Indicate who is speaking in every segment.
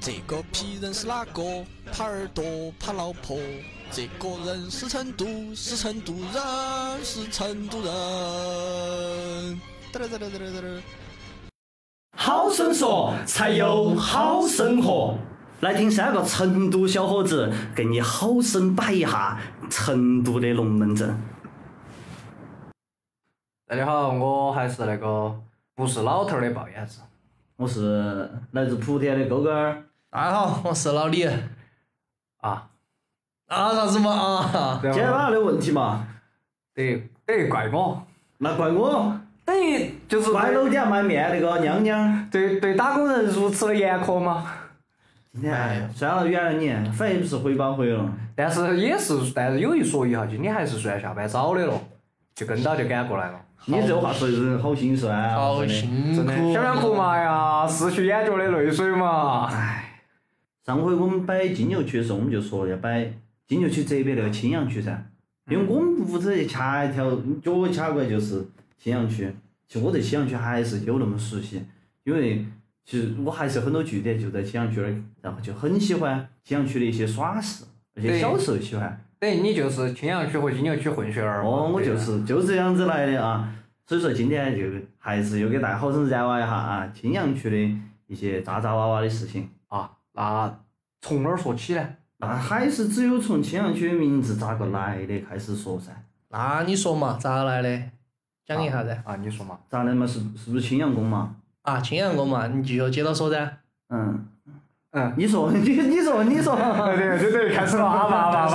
Speaker 1: 这个皮人是哪个？怕耳朵，怕老婆。这个人是成都，是成都人，是成都人。哒哒哒哒哒哒哒。
Speaker 2: 好生说才有好生活。来听三个成都小伙子给你好生摆一下成都的龙门阵。
Speaker 3: 大家好，我还是那个不是老头儿的龅牙子。
Speaker 2: 我是来自莆田的勾勾儿，
Speaker 4: 大家好，我是老李。啊
Speaker 3: 啊，
Speaker 4: 啥子嘛啊？
Speaker 3: 对
Speaker 2: 今天晚
Speaker 3: 吧？
Speaker 2: 上的问题嘛，
Speaker 3: 得得怪我，
Speaker 2: 那怪我
Speaker 3: 等于就是
Speaker 2: 拐
Speaker 3: 对
Speaker 2: 楼底下买面那个娘娘，
Speaker 3: 对对打工人如此的严苛嘛。
Speaker 2: 今天哎算了，原谅你，反正也不是回帮回了。
Speaker 3: 但是也是，但是有一说一哈，今天还是算下班早的了，就跟到就赶过来了。
Speaker 2: 你这话说的人好心酸啊！
Speaker 4: 好
Speaker 2: 真的
Speaker 4: 辛
Speaker 3: 真的，
Speaker 4: 嗯苦。
Speaker 3: 想想哭嘛呀，失去眼角的泪水嘛。
Speaker 2: 上回我们摆金牛区的时候，我们就说要摆金牛区这边那个青羊区噻，因为我们屋子一掐一条脚掐过来就是青羊区。其实我对青羊区还是有那么熟悉，因为其实我还是有很多据点就在青羊区那儿，然后就很喜欢青羊区的一些耍事，而且
Speaker 3: 对
Speaker 2: 小时候喜欢。
Speaker 3: 等于你就是青羊区和金牛区混血儿嘛。
Speaker 2: 哦，我
Speaker 3: 对
Speaker 2: 就
Speaker 3: 吧。
Speaker 2: 是就是这样子来的啊。所以说今天就还是又给大家好生燃挖一下啊，青羊区的一些渣渣哇哇的事情。
Speaker 3: 啊，那从哪儿说起呢？
Speaker 2: 那还是只有从青羊区的名字咋个来的开始说噻。
Speaker 4: 那你说嘛，咋来的？讲一下噻。
Speaker 3: 啊，你说嘛。
Speaker 2: 咋的嘛？是是不是青羊宫嘛？
Speaker 4: 啊，青阳哥嘛，你继续接着说噻。
Speaker 2: 嗯，
Speaker 3: 嗯，
Speaker 2: 你说， 你你说，你说，
Speaker 3: 对对对对，开始了，啊吧吧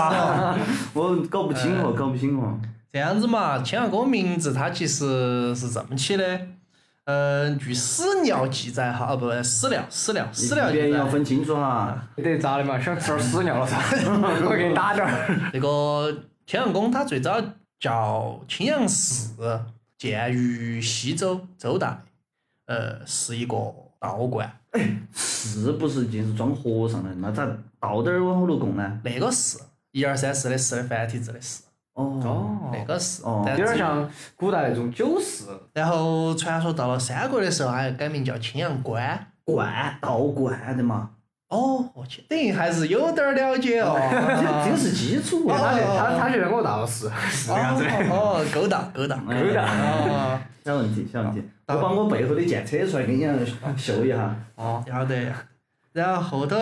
Speaker 3: 吧。
Speaker 2: 我搞不清哦，搞不清哦。
Speaker 4: 这样子嘛，青阳哥名字它其实是这么起的。嗯，据史料记载哈，哦不，史料史料史料
Speaker 2: 一
Speaker 4: 记
Speaker 2: 边要
Speaker 4: 载，
Speaker 2: 分清楚哈。
Speaker 3: 你得咋的嘛？想吃点屎尿了 噻，我给你打点儿。
Speaker 4: 那个青阳宫它最早叫青阳寺，建于西周周代，呃，是一个道观。
Speaker 2: 是不是就是装和尚的？那咋到点儿往后头供呢？
Speaker 4: 那个是一二三四的四的繁体字的四，
Speaker 2: 哦，
Speaker 4: 那个是
Speaker 2: 哦。
Speaker 4: 但
Speaker 3: 有点像古代那种酒肆。
Speaker 4: 然后传说到了三国的时候，还改名叫青阳关。
Speaker 2: 观道观的嘛，
Speaker 4: 哦，我去，等于还是有点儿了解哦。
Speaker 2: 这这个是基础
Speaker 3: 他
Speaker 2: 啊。
Speaker 3: 觉他他觉得我倒是是这样子的。嗯
Speaker 4: 哦，勾到勾到。
Speaker 2: 哎
Speaker 4: 哦，
Speaker 2: 小问题，小问题，我把我背后的剑扯出来给你俩秀一下。
Speaker 3: 哦，
Speaker 4: 要得。然后后头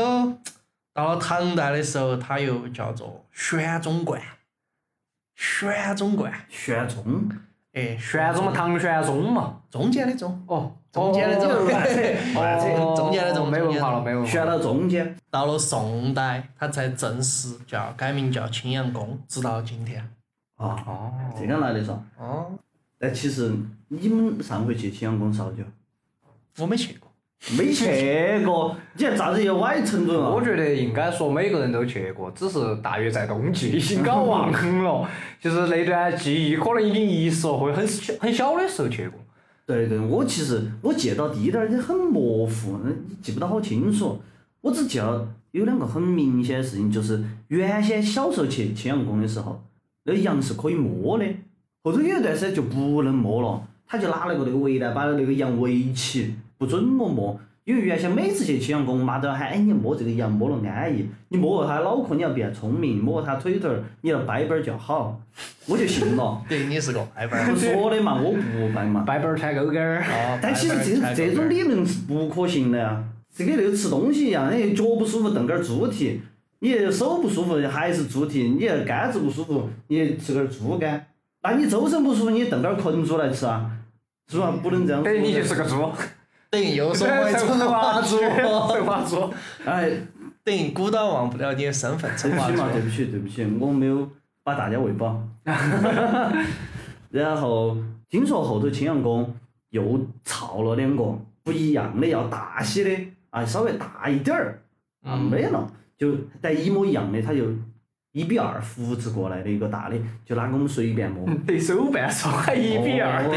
Speaker 4: 到了唐代的时候，它又叫做玄宗观。玄宗观，
Speaker 2: 玄宗，
Speaker 4: 哎，玄
Speaker 3: 玄宗嘛，唐玄宗嘛。
Speaker 4: 中间的宗，
Speaker 3: 哦，
Speaker 4: 中间的宗，
Speaker 2: 乱扯
Speaker 3: 哦
Speaker 4: 中间的宗，
Speaker 3: 没文化了，没文化。
Speaker 2: 玄到中间。
Speaker 4: 到了宋代，它才正式叫改名叫青阳宫，直到今天。
Speaker 2: 啊，
Speaker 3: 哦，
Speaker 2: 这样来的嗦。
Speaker 4: 哦，
Speaker 2: 但其实你们上回去青阳宫烧酒，
Speaker 4: 我没去过。。
Speaker 2: 没去过，你看咋子又歪成啊都
Speaker 3: 我
Speaker 2: 了？
Speaker 3: 觉得应该说每个人都去过，只是大约在冬季已经搞忘了，就是那段记忆可能已经遗失了，或者很小很小的时候去过。
Speaker 2: 对对，我其实我记到第一点儿也很模糊，记不到好清楚。我只记到有两个很明显的事情，就是原先小时候去青阳宫的时候，那羊是可以摸的，后头有一段时间就不能摸了，他就拿那个那个围栏把那个羊围起，不准我摸。因为原先每次去青阳宫，妈都要喊，哎，你摸这个羊摸了安逸，你摸了它脑壳你要变聪明，摸了它腿腿儿你要掰掰儿就好，我就信了
Speaker 4: 对，你是个外班
Speaker 2: 不 说的嘛，我不掰嘛。
Speaker 3: 掰掰儿穿勾勾儿，
Speaker 4: 哦，
Speaker 2: 但
Speaker 3: 哎
Speaker 2: 其实这这种理论是不可行的呀，这跟那个吃东西一样，你脚不舒服炖点儿猪蹄，你手不舒服还是猪蹄，你肝子不舒服你吃点儿猪肝，那你周身不舒服你炖点儿捆猪来吃啊，是吧？不能这样
Speaker 3: 等于哎你就
Speaker 2: 子。
Speaker 3: 是个猪，
Speaker 4: 等于又说我
Speaker 3: 成
Speaker 4: 中华
Speaker 3: 猪，
Speaker 4: 猪，
Speaker 3: 成华猪。
Speaker 2: 哎，
Speaker 4: 等于古代忘不了你的身份，
Speaker 2: 对
Speaker 4: 中
Speaker 2: 不
Speaker 4: 华
Speaker 2: 起
Speaker 4: 猪
Speaker 2: 嘛，。对不起，对不起，我没有把大家喂饱。 然后听说后头青阳宫又造了两个不一样的，要大些的，啊，稍微大一点儿，啊，没了，就但一模一样的，它就一比二复制过来的一个大的，就拿给我们随便摸。哦
Speaker 3: 得手办手还 一比二。
Speaker 4: 哦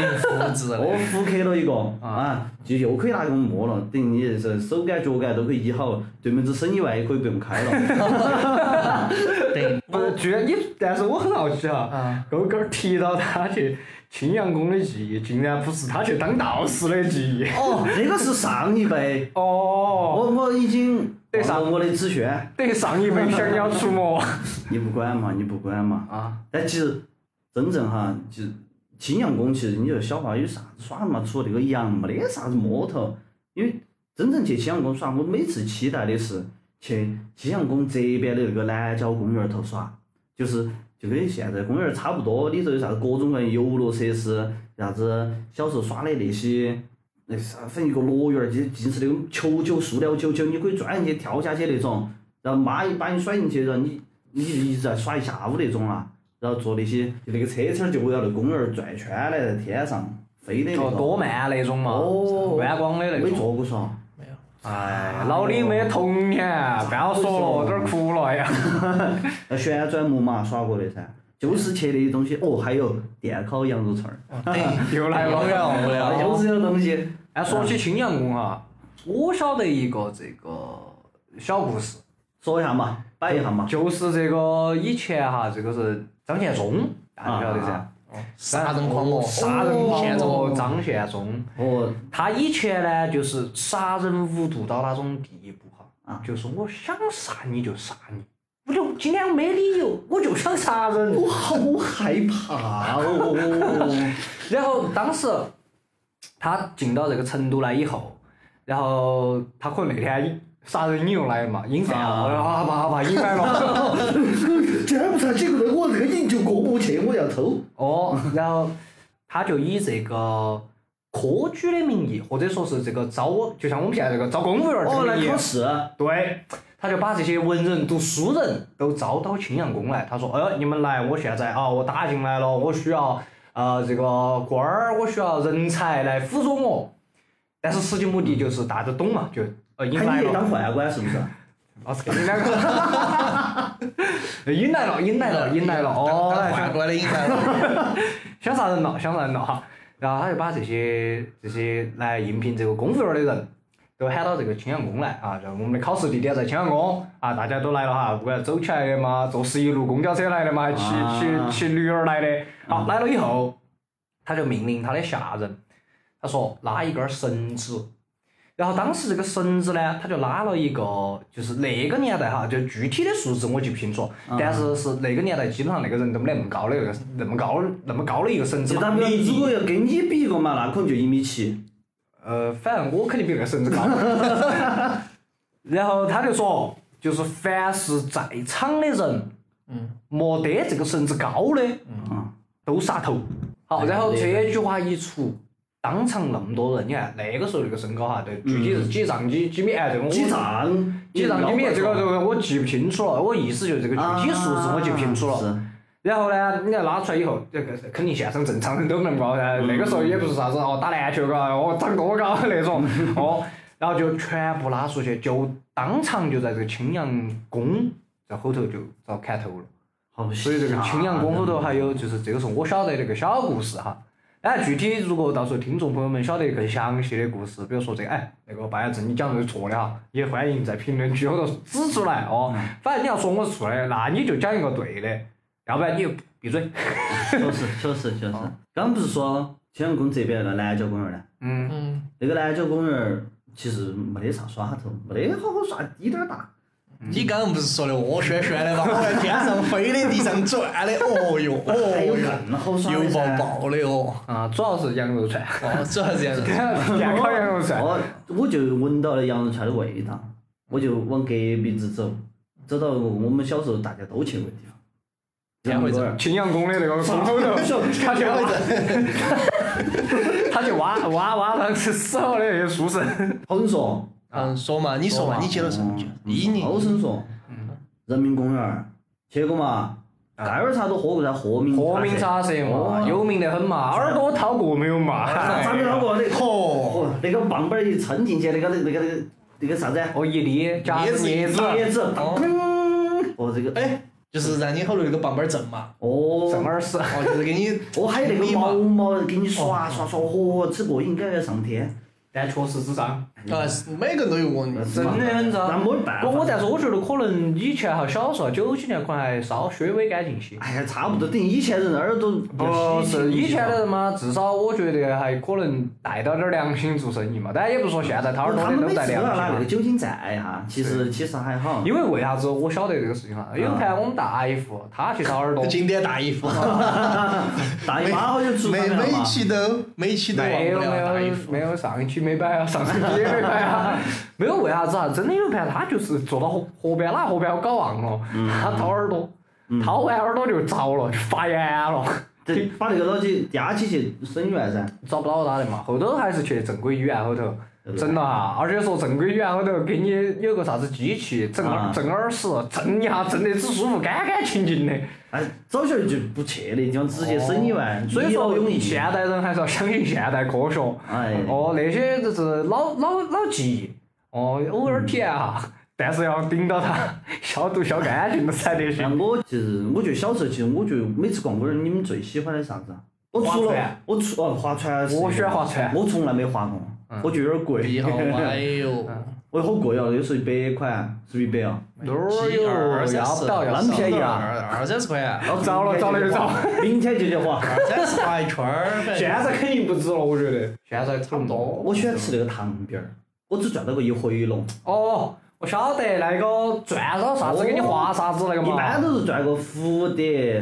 Speaker 4: 复制
Speaker 2: 我
Speaker 4: 的，
Speaker 2: 复刻了一个啊，就又可以拿给我们摸了，等于你是手感脚感都可以医好，对门子生意外也可以不用开了。
Speaker 4: 等于
Speaker 3: 不是，居然你，但是我很好奇哈，
Speaker 4: 啊，
Speaker 3: 勾勾儿提到他去青阳宫的记忆竟然不是他去当道士的记忆。
Speaker 2: 哦，这个是上一辈，
Speaker 3: 哦，
Speaker 2: 我我已经
Speaker 3: 对上
Speaker 2: 忘了我的子轩，
Speaker 3: 等于上一辈降妖除魔。
Speaker 4: 啊
Speaker 2: 你不管嘛，你不管嘛。
Speaker 3: 啊，
Speaker 2: 但其实真正哈，就青阳宫，其实你就晓得哈有啥子耍的嘛，除了那个羊，没得啥子摸头。因为真正去青阳宫耍，我每次期待的是去青阳宫这边的那个南郊公园儿头耍，就是就跟现在公园儿差不多，里头有啥子各种各样的游乐设施，啥子小时候耍的那些。那啥，反正一个乐园儿，就尽是那种球球、塑料球球，你可以钻进去、跳下去那种，然后妈一把你甩进去，然后你你就一直在耍一下午那种啊。然后坐那些就那个车车儿就围绕那公园儿转圈儿来，在天上飞的那
Speaker 3: 哦，
Speaker 2: 种。
Speaker 3: 多慢那种嘛，
Speaker 2: 哦
Speaker 3: 弯光的那
Speaker 2: 没
Speaker 3: 种。
Speaker 2: 坐过嗦。
Speaker 4: 没有。
Speaker 3: 哎，老李没童年，不要说了，有点哭了哎呀。
Speaker 2: 那旋转木马耍过的噻，就是去那些东西。哦，还有电烤羊肉串儿，
Speaker 4: 哦对，
Speaker 3: 又来了
Speaker 4: 无聊无
Speaker 2: 啊
Speaker 4: 聊。
Speaker 2: 就是这个东西。
Speaker 3: 哎，说起青阳宫哈，我晓得一个这个小故事，
Speaker 2: 说一下嘛，摆一下嘛。
Speaker 3: 就是这个以前哈，这个是张献忠，大家晓得噻
Speaker 2: 啊。
Speaker 4: 哦杀人狂魔，
Speaker 3: 杀人狂魔
Speaker 4: 现状
Speaker 3: 张献忠，
Speaker 2: 哦，
Speaker 3: 他以前呢就是杀人无度到那种地步哈
Speaker 2: 啊，
Speaker 3: 就是我想杀你就杀你，我就今天没理由，我就想杀人。
Speaker 2: 我好害怕啊哦。
Speaker 3: 然后当时他进到这个成都来以后，然后他可能那天杀人引诱来嘛，引犯了，
Speaker 2: 啊
Speaker 3: 我说啊好吧好吧，引犯了。
Speaker 2: 这还不算结果，我这个瘾就过不去，我要抽。
Speaker 3: 哦，然后他就以这个科举的名义，或者说是这个招，就像我们现在这个招公务员儿这
Speaker 2: 哦，
Speaker 3: 个名
Speaker 2: 来
Speaker 3: 义，
Speaker 2: 考试。
Speaker 3: 对，他就把这些文人、读书人都招到青阳宫来。他说：“哎，你们来，我现在啊，我打进来了，我需要呃这个官儿，我需要人才来辅佐我。”但是实际目的就是大家都懂嘛，就呃引来
Speaker 2: 喊你去
Speaker 3: 了，
Speaker 2: 当 宦官是不是？啊
Speaker 3: 老师引来了，引来了，引来了，引来了，哦，
Speaker 4: 当当宦官的引来 了。
Speaker 3: 想杀人了，想杀人了哈。然后他就把这些这些来应聘这个公务员的人，都喊到这个青阳宫来啊。然后我们的考试地点在青阳宫啊，大家都来了哈，不管走起来的嘛，坐十一路公交车来的嘛，骑
Speaker 2: 啊
Speaker 3: 骑骑驴儿来的。好，来了以后，他就命令他的下人，他说拉一根绳子。然后当时这个绳子呢，他就拉了一个，就是那个年代哈，就具体的数字我记不清楚，但是是那个年代基本上那个人都没得那么高的那个那么高那么高的一个绳子
Speaker 2: 就
Speaker 3: 嘛。
Speaker 2: 打比方，
Speaker 3: 你
Speaker 2: 如果要跟你比一个嘛，那可能就一米七。
Speaker 3: 呃，反正我肯定比那个绳子高。然后他就说，就是凡是在场的人，
Speaker 4: 嗯，
Speaker 3: 没得这个绳子高的，嗯，都杀头。好，然后这句话一出，当场那么多人，你看那个时候那个身高哈，对，具体是几丈几几米？哎，这个我
Speaker 2: 几丈？
Speaker 3: 几丈几米？这个这个我记不清楚了，我意思就是这个具体数字我记不清楚了。
Speaker 2: 啊
Speaker 3: 然后呢，你要拉出来以后，这个肯定现场正常人都能高噻。那个时候也不是啥子哦，打篮球嘎，哦长多高 那种哦，然后就全部拉出去，就当场就在这个青阳宫在后头就遭砍头了。
Speaker 2: 好啊
Speaker 3: 所以这个青阳宫后
Speaker 2: 头
Speaker 3: 头还有就是这个是我晓得那个小故事哈。哎，具体如果到时候听众朋友们晓得更详细的故事，比如说这个，哎，那个白子你讲的是错的哈，也欢迎在评论区后头指出来哦。反正你要说我是错的，那你就讲一个对的，要不然你就闭嘴。
Speaker 2: 确实确实确实。刚不是说青阳宫这边那个南郊公园呢？
Speaker 3: 嗯，
Speaker 4: 嗯，
Speaker 2: 那个南郊公园其实没得啥耍头，没得好好耍，滴点儿大。
Speaker 4: 你刚刚不是说的窝旋旋的吗？我在天上飞的，地上转的，哦哟，
Speaker 2: 还有
Speaker 4: 哦
Speaker 2: 更好
Speaker 4: 哟，
Speaker 2: 耍
Speaker 4: 油
Speaker 2: 的
Speaker 4: 爆
Speaker 2: 噻。
Speaker 4: 爆的哦，
Speaker 3: 啊，主要是羊肉 串，
Speaker 4: 哦，主要是这样子。
Speaker 3: 健康羊肉串。
Speaker 2: 哦，我就闻到了羊肉串的味道，我就往隔壁子走，走到我们小时候大家都去过的地方。
Speaker 4: 天汇镇
Speaker 3: 青阳宫的那个宫后 头，他去挖， 他去挖挖挖当时死了的那些书生。
Speaker 2: 好生说，啊
Speaker 4: 嗯，说嘛，你说嘛，你接着说，你接着说依你。
Speaker 2: 好生说，人民公园儿去过嘛？盖儿茶都喝过噻，鹤鸣
Speaker 3: 国民
Speaker 2: 茶
Speaker 3: 茶社嘛，
Speaker 2: 哦
Speaker 3: 有名得很嘛，耳朵掏过没有嘛？
Speaker 2: 社，咋没喝过？那
Speaker 4: 嚯，
Speaker 2: 哦，那个棒棒儿一撑进去，那个那个那个那个啥子啊？
Speaker 3: 哦，一粒加
Speaker 4: 椰子
Speaker 3: 椰子，
Speaker 2: 椰子，砰！哦，这个
Speaker 4: 哎，就是让你后头那个棒棒儿震嘛，
Speaker 3: 正
Speaker 2: 哦，
Speaker 3: 耳屎。
Speaker 4: 哦，就是给你
Speaker 2: 我还有
Speaker 3: 哎
Speaker 2: 那个
Speaker 4: 你
Speaker 2: 毛
Speaker 4: 嘛，
Speaker 3: 哦
Speaker 2: 哦毛给你耍耍耍，嚯，吃过瘾，感觉上天。
Speaker 3: 但确实智障。
Speaker 4: 啊，是每个人都有文明。
Speaker 2: 是吧
Speaker 3: 真的很糟
Speaker 2: 那没得办法。
Speaker 3: 我我但是我觉得可能以前哈小时候九几年可能还稍稍微干净些。
Speaker 2: 哎呀，差不多，等于以前人耳朵哦
Speaker 3: 不哦是以前的人嘛，至少我觉得还可能带到点儿良心做生意嘛，但也不是说现在掏耳朵
Speaker 2: 哦他
Speaker 3: 的
Speaker 2: 们
Speaker 3: 都
Speaker 2: 没
Speaker 3: 带
Speaker 2: 知
Speaker 3: 良
Speaker 2: 道
Speaker 3: 心
Speaker 2: 拿那
Speaker 3: 嘛
Speaker 2: 个。酒精在哈，其实其实还好。
Speaker 3: 因为为啥子我晓得这个事情哈？啊有
Speaker 2: 啊
Speaker 3: 一盘我们大姨夫他去掏耳朵，
Speaker 4: 经典大姨夫，
Speaker 2: 大姨
Speaker 4: 每
Speaker 2: 妈好久出
Speaker 4: 每
Speaker 2: 来了
Speaker 4: 每一
Speaker 2: 嘛，
Speaker 4: 期都每一期都忘
Speaker 3: 没
Speaker 4: 不
Speaker 3: 有没
Speaker 4: 了大姨
Speaker 3: 有
Speaker 4: 夫
Speaker 3: 没。有上一期没摆啊，上上期也没摆啊，没有为啥子啊？真的有一盘他就是坐到河河边，哪个河边我搞忘了，他掏耳朵，掏完耳朵就着了，就发炎了，
Speaker 2: 对，把那个脑筋压起去省远噻。
Speaker 3: 找不到他的嘛。后头还是去正规医院后头。整了哈，而且说正规医院后头给你有个啥子机器整耳
Speaker 2: 啊
Speaker 3: 整耳屎，整一下整得只舒服，干干净净的。
Speaker 2: 哎，早晓得就不去那地方，直接省一万，
Speaker 3: 哦所以说
Speaker 2: 一劳永逸。
Speaker 3: 现代人还是要相信现代科学。
Speaker 2: 哎，
Speaker 3: 哦，那些就是老老老记忆，哦，偶尔体验哈，但是要盯到它消毒消干净了才得行。
Speaker 2: 像我其实，我觉得小时候，其实我觉得每次逛公园，你们最喜欢的啥子啊？我除
Speaker 3: 划
Speaker 2: 了
Speaker 3: 船
Speaker 2: 我除哦划船是一个，
Speaker 3: 我喜欢划船嗯
Speaker 2: 我从来没划过，我觉得有点贵
Speaker 4: 一，号哎呦，
Speaker 2: 我好贵哦，有时候一百块，是不是一百哦？
Speaker 3: 哪儿有
Speaker 4: 二三
Speaker 3: 要
Speaker 4: 十，
Speaker 3: 不到要
Speaker 2: 那么
Speaker 3: 上？
Speaker 2: 便宜啊
Speaker 4: 二二三十块，二
Speaker 2: 然
Speaker 3: 糟了糟了又糟了，
Speaker 2: 明天就去划。
Speaker 4: 三十块一圈儿， 反
Speaker 3: 现
Speaker 4: 正
Speaker 3: 在肯定不止了，我觉得。现在差不多。
Speaker 2: 我喜欢吃那个糖饼儿，我只赚到过一回笼，
Speaker 3: 哦，我晓得那个转到啥子给你画啥子那个
Speaker 2: 一
Speaker 3: 嘛。
Speaker 2: 般都是赚过蝴蝶、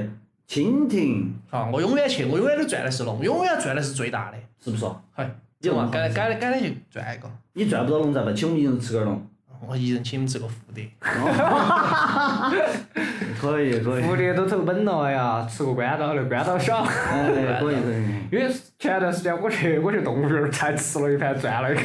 Speaker 2: 蜻蜓，
Speaker 4: 啊，我永远去，我永远都赚的是龙，永远赚的是最大的。
Speaker 2: 是不是哦？
Speaker 4: 嘿，这嘛，改改改天去赚一个，
Speaker 2: 你赚不到笼咋办？请我们一人吃根儿笼。
Speaker 4: 我一人请你们吃个蝴蝶。
Speaker 2: 可以可以，
Speaker 3: 蝴蝶都投本了哎呀，吃个关刀的关刀小。
Speaker 2: 哎，可以可以。
Speaker 3: 因为前段时间我去我去动物园儿才吃了一盘转了一个。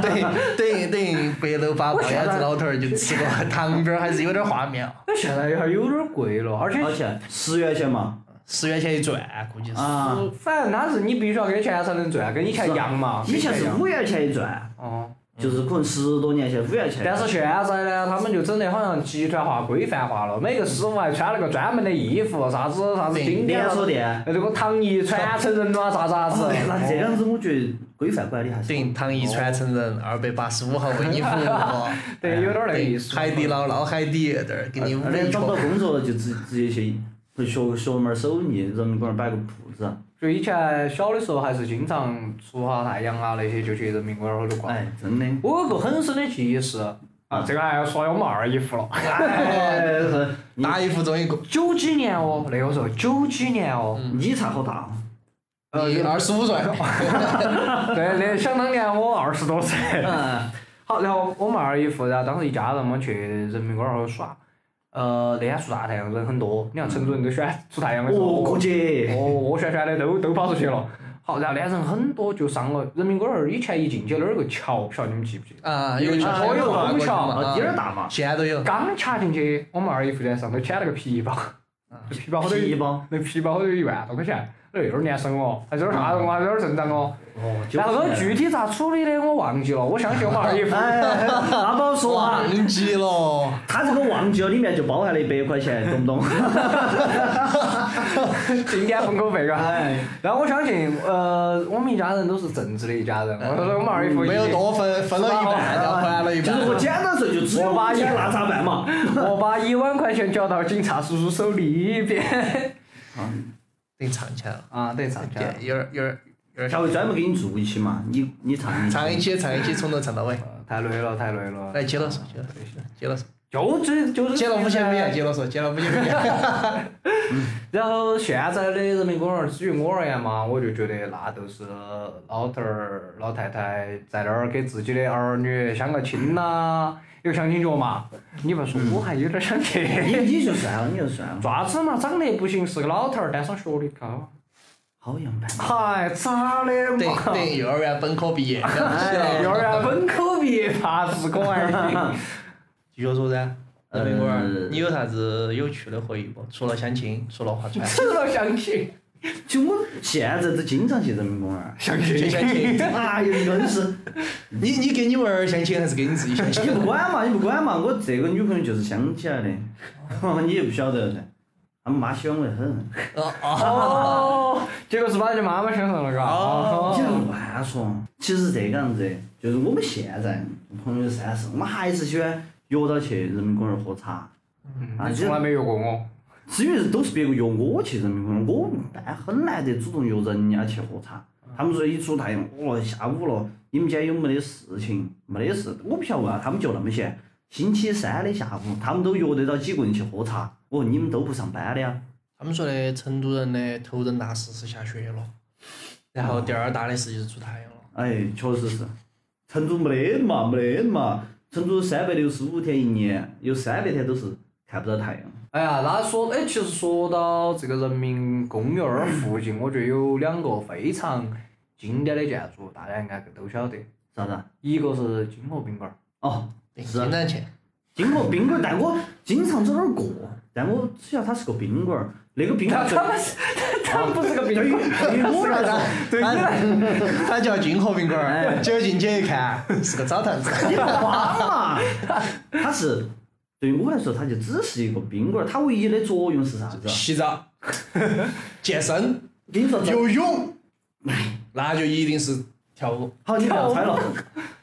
Speaker 4: 等 于等于等于白头发龅牙子老头儿就吃个糖饼儿，还是有点画面啊。
Speaker 3: 那现在还有点贵了，而且
Speaker 2: 而且十元钱嘛，
Speaker 4: 十元钱一转，估计是。
Speaker 2: 啊，
Speaker 3: 反正它是你必须要给钱才能赚，跟以前一样嘛。
Speaker 2: 以前
Speaker 3: 跟
Speaker 2: 是
Speaker 3: 样
Speaker 2: 五元钱一转，
Speaker 3: 哦，
Speaker 2: 就是可能十多年前五元钱。
Speaker 3: 但是现在呢，他们就整得好像集团化、规范化了，每个师傅还穿了个专门的衣服，啥子啥子经典
Speaker 2: 连
Speaker 3: 了
Speaker 2: 锁，店，
Speaker 3: 那个唐艺传承人啦，啥子啥子。
Speaker 2: 那这样子我觉得规范管理还是
Speaker 4: 等于唐艺传承人二百八十五号为你服 务。
Speaker 3: 对，有点儿那个意思。
Speaker 4: 哦海底捞捞海底，这儿给你
Speaker 2: 而
Speaker 4: 围
Speaker 2: 且
Speaker 4: 一
Speaker 2: 找
Speaker 4: 圈
Speaker 2: 不。到工作了就直直接去去学学门手艺，人民公园摆个铺子，
Speaker 3: 就以前小的时候还是经常出下太阳啊那些，就去人民公园儿后头逛。
Speaker 2: 哎，真的。
Speaker 3: 我有个很深的记忆是，啊，这个还要说我们二姨夫了。
Speaker 2: 哎，是你
Speaker 4: 大姨夫终于过，
Speaker 3: 九几年哦，那个时候九几年哦。
Speaker 2: 你才好大哦，
Speaker 4: 你二十五岁，
Speaker 3: 对，那想当年我二十多岁。
Speaker 2: 嗯
Speaker 3: 好，然后我们二姨夫，然后当时一家人嘛去人民公园儿后头耍，呃，那天出大太阳人很多，你看成都人都喜欢出太阳的时
Speaker 2: 哦，
Speaker 3: 候
Speaker 2: 过，去，
Speaker 3: 哦，旋旋的都都跑出去了。好，然后那天人很多，就上了人民公园儿以前一进去那儿有个桥，不晓得你们记不记得？
Speaker 4: 啊，有
Speaker 3: 啊我有
Speaker 4: 过
Speaker 3: 功
Speaker 4: 去
Speaker 3: 效
Speaker 4: 嘛
Speaker 2: 啊，第，二大嘛，
Speaker 4: 现在都有。
Speaker 3: 刚掐进去，我们二姨夫在上头捡了个皮包，这皮包好多
Speaker 2: 嗯皮包，
Speaker 3: 那皮包好多一万多块钱，那有点儿年生哦，还是有点儿啥人哦，还是有点儿正当哦。
Speaker 2: 哦，
Speaker 3: 然后
Speaker 2: 就是
Speaker 3: 具体咋处理的我忘记了，我相信我们二姨夫。
Speaker 2: 哎， 阿宝说啊，
Speaker 4: 忘记了，
Speaker 2: 他这个忘记了里面就包含了一百块钱，懂不懂？
Speaker 3: 经典封口费嘎。
Speaker 2: 哎，
Speaker 3: 啊然后我相信，呃，我们一家人都是正直的一家人。我说我们二姨夫一
Speaker 4: 没有，多分，分了一半，然后还了一
Speaker 2: 就是我
Speaker 4: 半。
Speaker 2: 简单说，就只有
Speaker 3: 我
Speaker 2: 五
Speaker 3: 把你
Speaker 2: 千，那咋办嘛？
Speaker 3: 我把一万块钱交到警察叔叔手里边。
Speaker 2: 啊
Speaker 4: 等于唱起来了，
Speaker 3: 啊，等上去 了。
Speaker 4: 有点有点有
Speaker 2: 他
Speaker 4: 点。
Speaker 2: 会专门给你做一期嘛，你你唱一期
Speaker 4: 唱一期，唱一期，从头唱到尾。
Speaker 3: 太累了，太累了。
Speaker 4: 来，接着说，接着说，接着说，
Speaker 3: 就这就这。
Speaker 4: 哎接了五千美啊元，。接着说，接了五千美元。
Speaker 3: 然后现在的人民公园儿，至于我而言嘛，我就觉得那都是老头儿、老太太在那儿给自己的儿女相个亲啦、 有相亲角嘛。你不说，我还有点想去。
Speaker 2: 你哎 你就算了，你就算了，
Speaker 3: 爪子嘛，长得也不行，是个老头儿，但是学历高。
Speaker 2: 好样办。
Speaker 3: 嗨，咋的
Speaker 4: 等
Speaker 3: 嘛？
Speaker 4: 等，幼儿园本科毕业，了不起 了。
Speaker 3: 幼儿园本科毕业，啥子可爱的？
Speaker 4: 继续说噻，人民公
Speaker 2: 呃
Speaker 4: 园，你有啥子有趣的回忆不？除了相亲，除了划 船，
Speaker 3: 吃了相亲，
Speaker 2: 就我现在都经常去人民公 园，
Speaker 3: 相
Speaker 4: 去相亲。
Speaker 2: 哎呀，真是
Speaker 4: 你你给你娃儿相亲还是给你自己相
Speaker 2: 你
Speaker 4: 亲？
Speaker 2: 不管嘛，你不管嘛，我这个女朋友就是相起来的，你也不晓得噻。他们妈喜欢我得很。
Speaker 3: 哦，结果是把他的妈妈选上了，
Speaker 2: 你
Speaker 3: 嘎。哦，
Speaker 2: 就乱说。其实这个样子的，就是我们现在朋友三四，我们还是喜欢约到去人民公园喝茶。啊，
Speaker 3: 你
Speaker 2: 就
Speaker 3: 嗯从来没约过我。
Speaker 2: 至于都是别个约我去人民公园，我但很难得主动约人家去喝茶。他们说一出太阳，哦，下午了，你们今天有没得事情？没得事，我不晓得为啊啥他们就那么闲。星期三的下午，他们都约得到几个人去喝茶。我说你们都不上班的呀？
Speaker 4: 他们说的成都人的头等大事是下雪了，然后第二大的事就是出太阳了。
Speaker 2: 哎，确实是，成都没得嘛，没得嘛，成都三百六十五天一年，有三百天都是看不到太阳。
Speaker 3: 哎呀，那说，哎，其实说到这个人民公园儿附
Speaker 4: 嗯
Speaker 3: 近，我觉得有两个非常经典的建筑，大家应该都晓得，
Speaker 2: 啥子啊？
Speaker 3: 一个是金河宾馆儿，
Speaker 2: 哦，是
Speaker 4: 云南去，
Speaker 2: 金河宾馆，但我经常走那儿过，但我只晓得它是个宾馆儿，那个宾馆
Speaker 3: 它
Speaker 2: 儿哦
Speaker 3: 它不是它不是个宾
Speaker 2: 对于
Speaker 3: 馆儿，
Speaker 2: 对于我来说，
Speaker 3: 对哎你来
Speaker 4: 它叫金河宾馆儿，结果进去一看是个澡堂子。
Speaker 2: 你慌嘛，它是对于我来说，它就只是一个宾馆儿，它唯一的作用是啥子啊？
Speaker 4: 洗澡、健身、
Speaker 2: 我跟你说，
Speaker 4: 游泳， 那就一定是跳舞。
Speaker 2: 好，你不要猜了，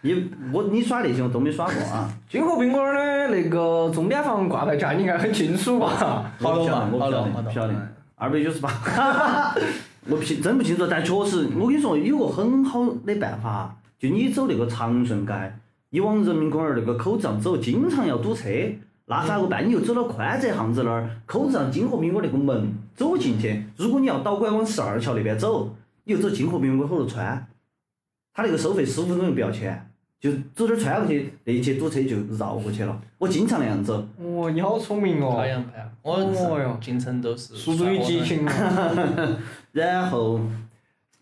Speaker 2: 你我你耍那些我都没耍过啊。
Speaker 3: 金河宾馆儿的那个钟点房挂牌价你应该很清楚吧？
Speaker 4: 好了嘛
Speaker 2: 我不晓
Speaker 4: 好了
Speaker 2: 得
Speaker 4: 好
Speaker 2: 我
Speaker 4: 了
Speaker 2: 不晓得，二百九十八。哎我不清真不清楚，但确实，我跟你说，有个很好的办法，就你走那个长顺街，你往人民公园那个口子上走，经常要堵车。那咋个办？你就走到宽窄巷子那儿，口子上金河宾馆那个门走进去。如果你要倒拐往十二桥那边走，你就走金河宾馆后头穿。他那个收费十五分钟又不要钱，就走点儿穿过去，那一去堵车就绕过去了。我经常那样走。
Speaker 3: 哇，你好聪明
Speaker 4: 好
Speaker 3: 哦，
Speaker 4: 洋派啊！我
Speaker 3: 哟
Speaker 4: 进城都是
Speaker 3: 诉诸于激情啊。
Speaker 2: 然后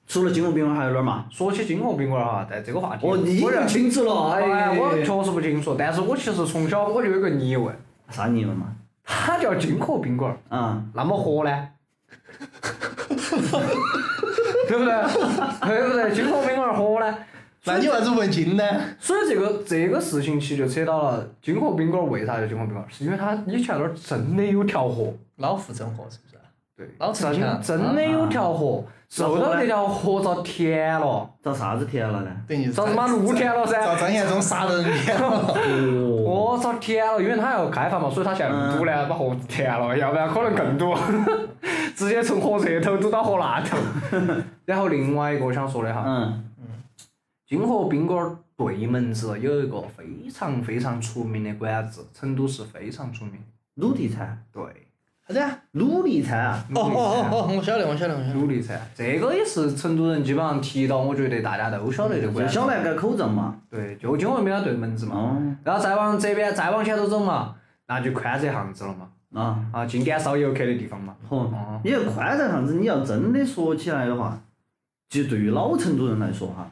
Speaker 2: 除了金融宾馆还有哪儿嘛？
Speaker 3: 说起金河宾馆儿哈，在这个话题，
Speaker 2: 哦，你
Speaker 3: 我认
Speaker 2: 不清楚了，
Speaker 3: 哎，
Speaker 2: 哎，
Speaker 3: 我确实不清楚，但是我其实从小我就有一个疑问，
Speaker 2: 啥你们嘛？
Speaker 3: 它叫金河宾馆儿。
Speaker 2: 啊、
Speaker 3: 那么火呢？ 对不对？对不对？金河宾馆火呢？
Speaker 4: 那你为啥子问金呢？
Speaker 3: 所以这个这个事情其实就扯到了金河宾馆为啥叫金河宾馆，是因为它以前那儿真的有条河，
Speaker 4: 老妇生活是不啊是？
Speaker 3: 对，
Speaker 4: 老城墙
Speaker 3: 真真的有条河，受到那条河遭填了，
Speaker 2: 找啥子填了呢？
Speaker 4: 等于
Speaker 3: 遭他妈露天了
Speaker 4: 遭
Speaker 3: 噻。
Speaker 4: 张献忠杀人脸了。
Speaker 2: 哦，
Speaker 3: 哦，遭填了，因为它要开发嘛，所以它现在堵呢，把河填了，要不然可能更堵，直接从河这头堵到河那头。然后另外一个想说的哈，
Speaker 2: 嗯，
Speaker 3: 金河宾馆儿对门子有一个非常非常出名的馆子，成都市非常出名。
Speaker 2: 鲁地菜，
Speaker 3: 对，
Speaker 4: 啥子呀？
Speaker 2: 鲁地菜啊，
Speaker 4: 哦哦哦哦！ 我晓得，我晓得，我晓得。
Speaker 3: 努力噻，这个也是成都人基本上提到，我觉得大家都晓得的
Speaker 2: 就
Speaker 3: 馆子。
Speaker 2: 小南街口站嘛。
Speaker 3: 对，就金河宾馆对门子嘛。
Speaker 2: 哦，
Speaker 3: 然后再往这边，再往前头走嘛，那就宽窄巷子了嘛，
Speaker 2: 啊，
Speaker 3: 啊，尽管烧游客的地方嘛。
Speaker 2: 嚯，你看宽窄巷子，你要真的说起来的话，其实对于老成都人来说哈，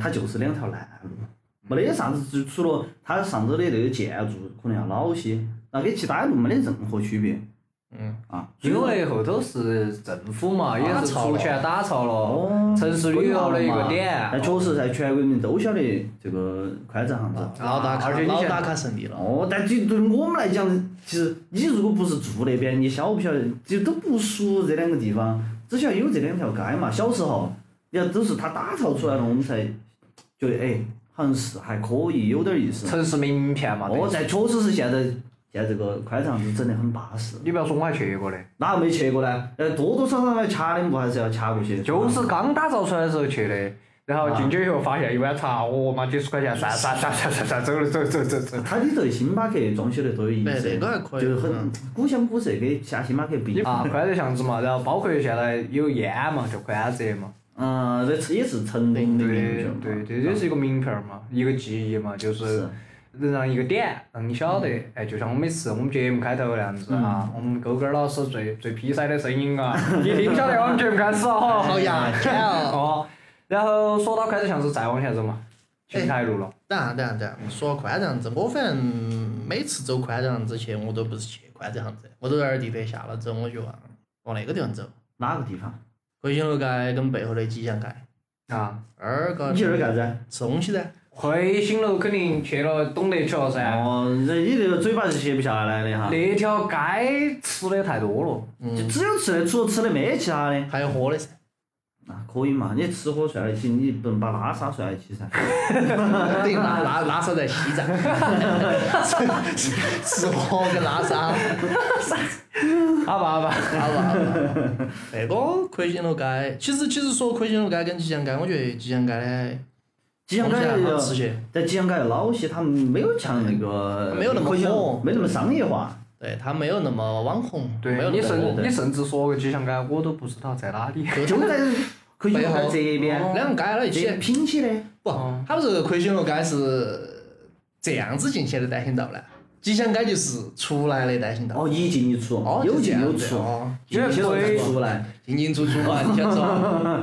Speaker 2: 它就是两条烂路，没得啥子，就除了它上头的那个建筑可能要老些，那跟其他路没得任何区别
Speaker 4: 嗯，
Speaker 2: 啊。
Speaker 3: 因为后头是政府嘛，也是出钱打造
Speaker 2: 哦
Speaker 3: 了城市旅游的一个点。
Speaker 2: 但哎确实在全国人民都晓得这个宽窄巷子。
Speaker 3: 啊
Speaker 4: 老打卡，
Speaker 3: 而且你
Speaker 4: 老
Speaker 3: 现
Speaker 4: 打
Speaker 3: 在
Speaker 4: 卡圣地了。
Speaker 2: 哦，但对对我们来讲，其实你如果不是住那边，你晓不晓得，就都不熟这两个地方，只晓得有这两条街嘛。小时候，你要都是他打造出来了，我们才觉得哎，好像是还可以，有点意思。
Speaker 3: 城市名片嘛。
Speaker 2: 哦，
Speaker 3: 对。
Speaker 2: 但确实是现在现在这个宽窄巷子整得很巴适，
Speaker 3: 你不要说我还去过的。
Speaker 2: 哪个没去过呢？呃，多多少少来掐两步还是要掐过去。啊
Speaker 3: 就是刚打造出来的时候去的，然后进去以后发现一碗茶，我妈几十块钱，算算算算算算，走了走走走走。
Speaker 2: 它里头的星巴克装修得多有意
Speaker 4: 对，
Speaker 2: 思。
Speaker 4: 这个还可以。
Speaker 2: 就是很
Speaker 4: 嗯
Speaker 2: 古香古色，跟下星巴克比。
Speaker 3: 啊，宽窄巷子嘛，然后包括现在有烟嘛，叫宽窄嘛，
Speaker 2: 嗯，这也是成都的名
Speaker 3: 对
Speaker 2: 片嘛
Speaker 3: 对，这也是一个名片儿嘛，一个记忆嘛，就是
Speaker 2: 是
Speaker 3: 能让一个点让你晓得，哎，就像我每次我们节目开头那样子啊，我们勾勾儿老师最最披塞的声音啊，一听晓得我们节目开始了哈，
Speaker 4: 好牙尖哦！
Speaker 3: 啊 哦，然后说到宽窄巷子，再往前走嘛，青苔路了，
Speaker 4: 等下等下等下，说宽窄巷子，我反正每次走宽窄巷子去，我都不是去宽窄巷子，我都在那儿地铁下了之后，我就往往那个地方走，
Speaker 2: 哪个地方？
Speaker 4: 桂新路街跟背后的吉祥街，
Speaker 3: 啊，
Speaker 4: 二个呃
Speaker 2: 你去那儿干啥子？
Speaker 4: 吃东西噻。
Speaker 3: 回新楼肯定去了东德去了噻，
Speaker 2: 哦，这你这个嘴巴是歇不下来的哈，
Speaker 3: 那条街吃的太多了。
Speaker 2: 就只有吃的，除了吃的没其他的。
Speaker 4: 还有喝的噻，
Speaker 2: 那可以嘛，你吃喝算在一起，你不能把拉萨算在一起噻。
Speaker 4: 等于拉拉拉萨 在西藏，是喝跟拉萨，
Speaker 3: 好吧好吧，
Speaker 4: 好吧好吧。那个魁星路街，其实其实说魁星路街跟吉祥街，我觉得吉祥街的
Speaker 2: 吉祥街
Speaker 4: 东西还
Speaker 2: 要
Speaker 4: 啊好吃些，
Speaker 2: 在吉祥街老些，他们没有像那个
Speaker 4: 没有那么
Speaker 2: 可以讲
Speaker 4: 火
Speaker 2: 没那么商业化。
Speaker 4: 对它没有那么网红，没
Speaker 3: 对
Speaker 4: 有
Speaker 3: 你
Speaker 4: 那么
Speaker 3: 甚
Speaker 4: 火。
Speaker 3: 你甚至说个吉祥街，我都不知道在哪里。
Speaker 2: 就在可以
Speaker 4: 背
Speaker 2: 讲
Speaker 4: 后
Speaker 2: 在这边，
Speaker 4: 两个街哦了一起
Speaker 2: 这，拼起的。
Speaker 4: 不
Speaker 3: 哦，
Speaker 4: 它不是魁星路街是这样子进去的单行道呢，吉祥街就是出来的单行道。
Speaker 2: 哦，一进一出，
Speaker 4: 哦，
Speaker 2: 有
Speaker 4: 就这
Speaker 2: 进
Speaker 4: 样
Speaker 2: 有哦
Speaker 4: 子
Speaker 2: 出，
Speaker 4: 哦，
Speaker 2: 进去了再出来。
Speaker 4: 进进出出嘛，你想 说，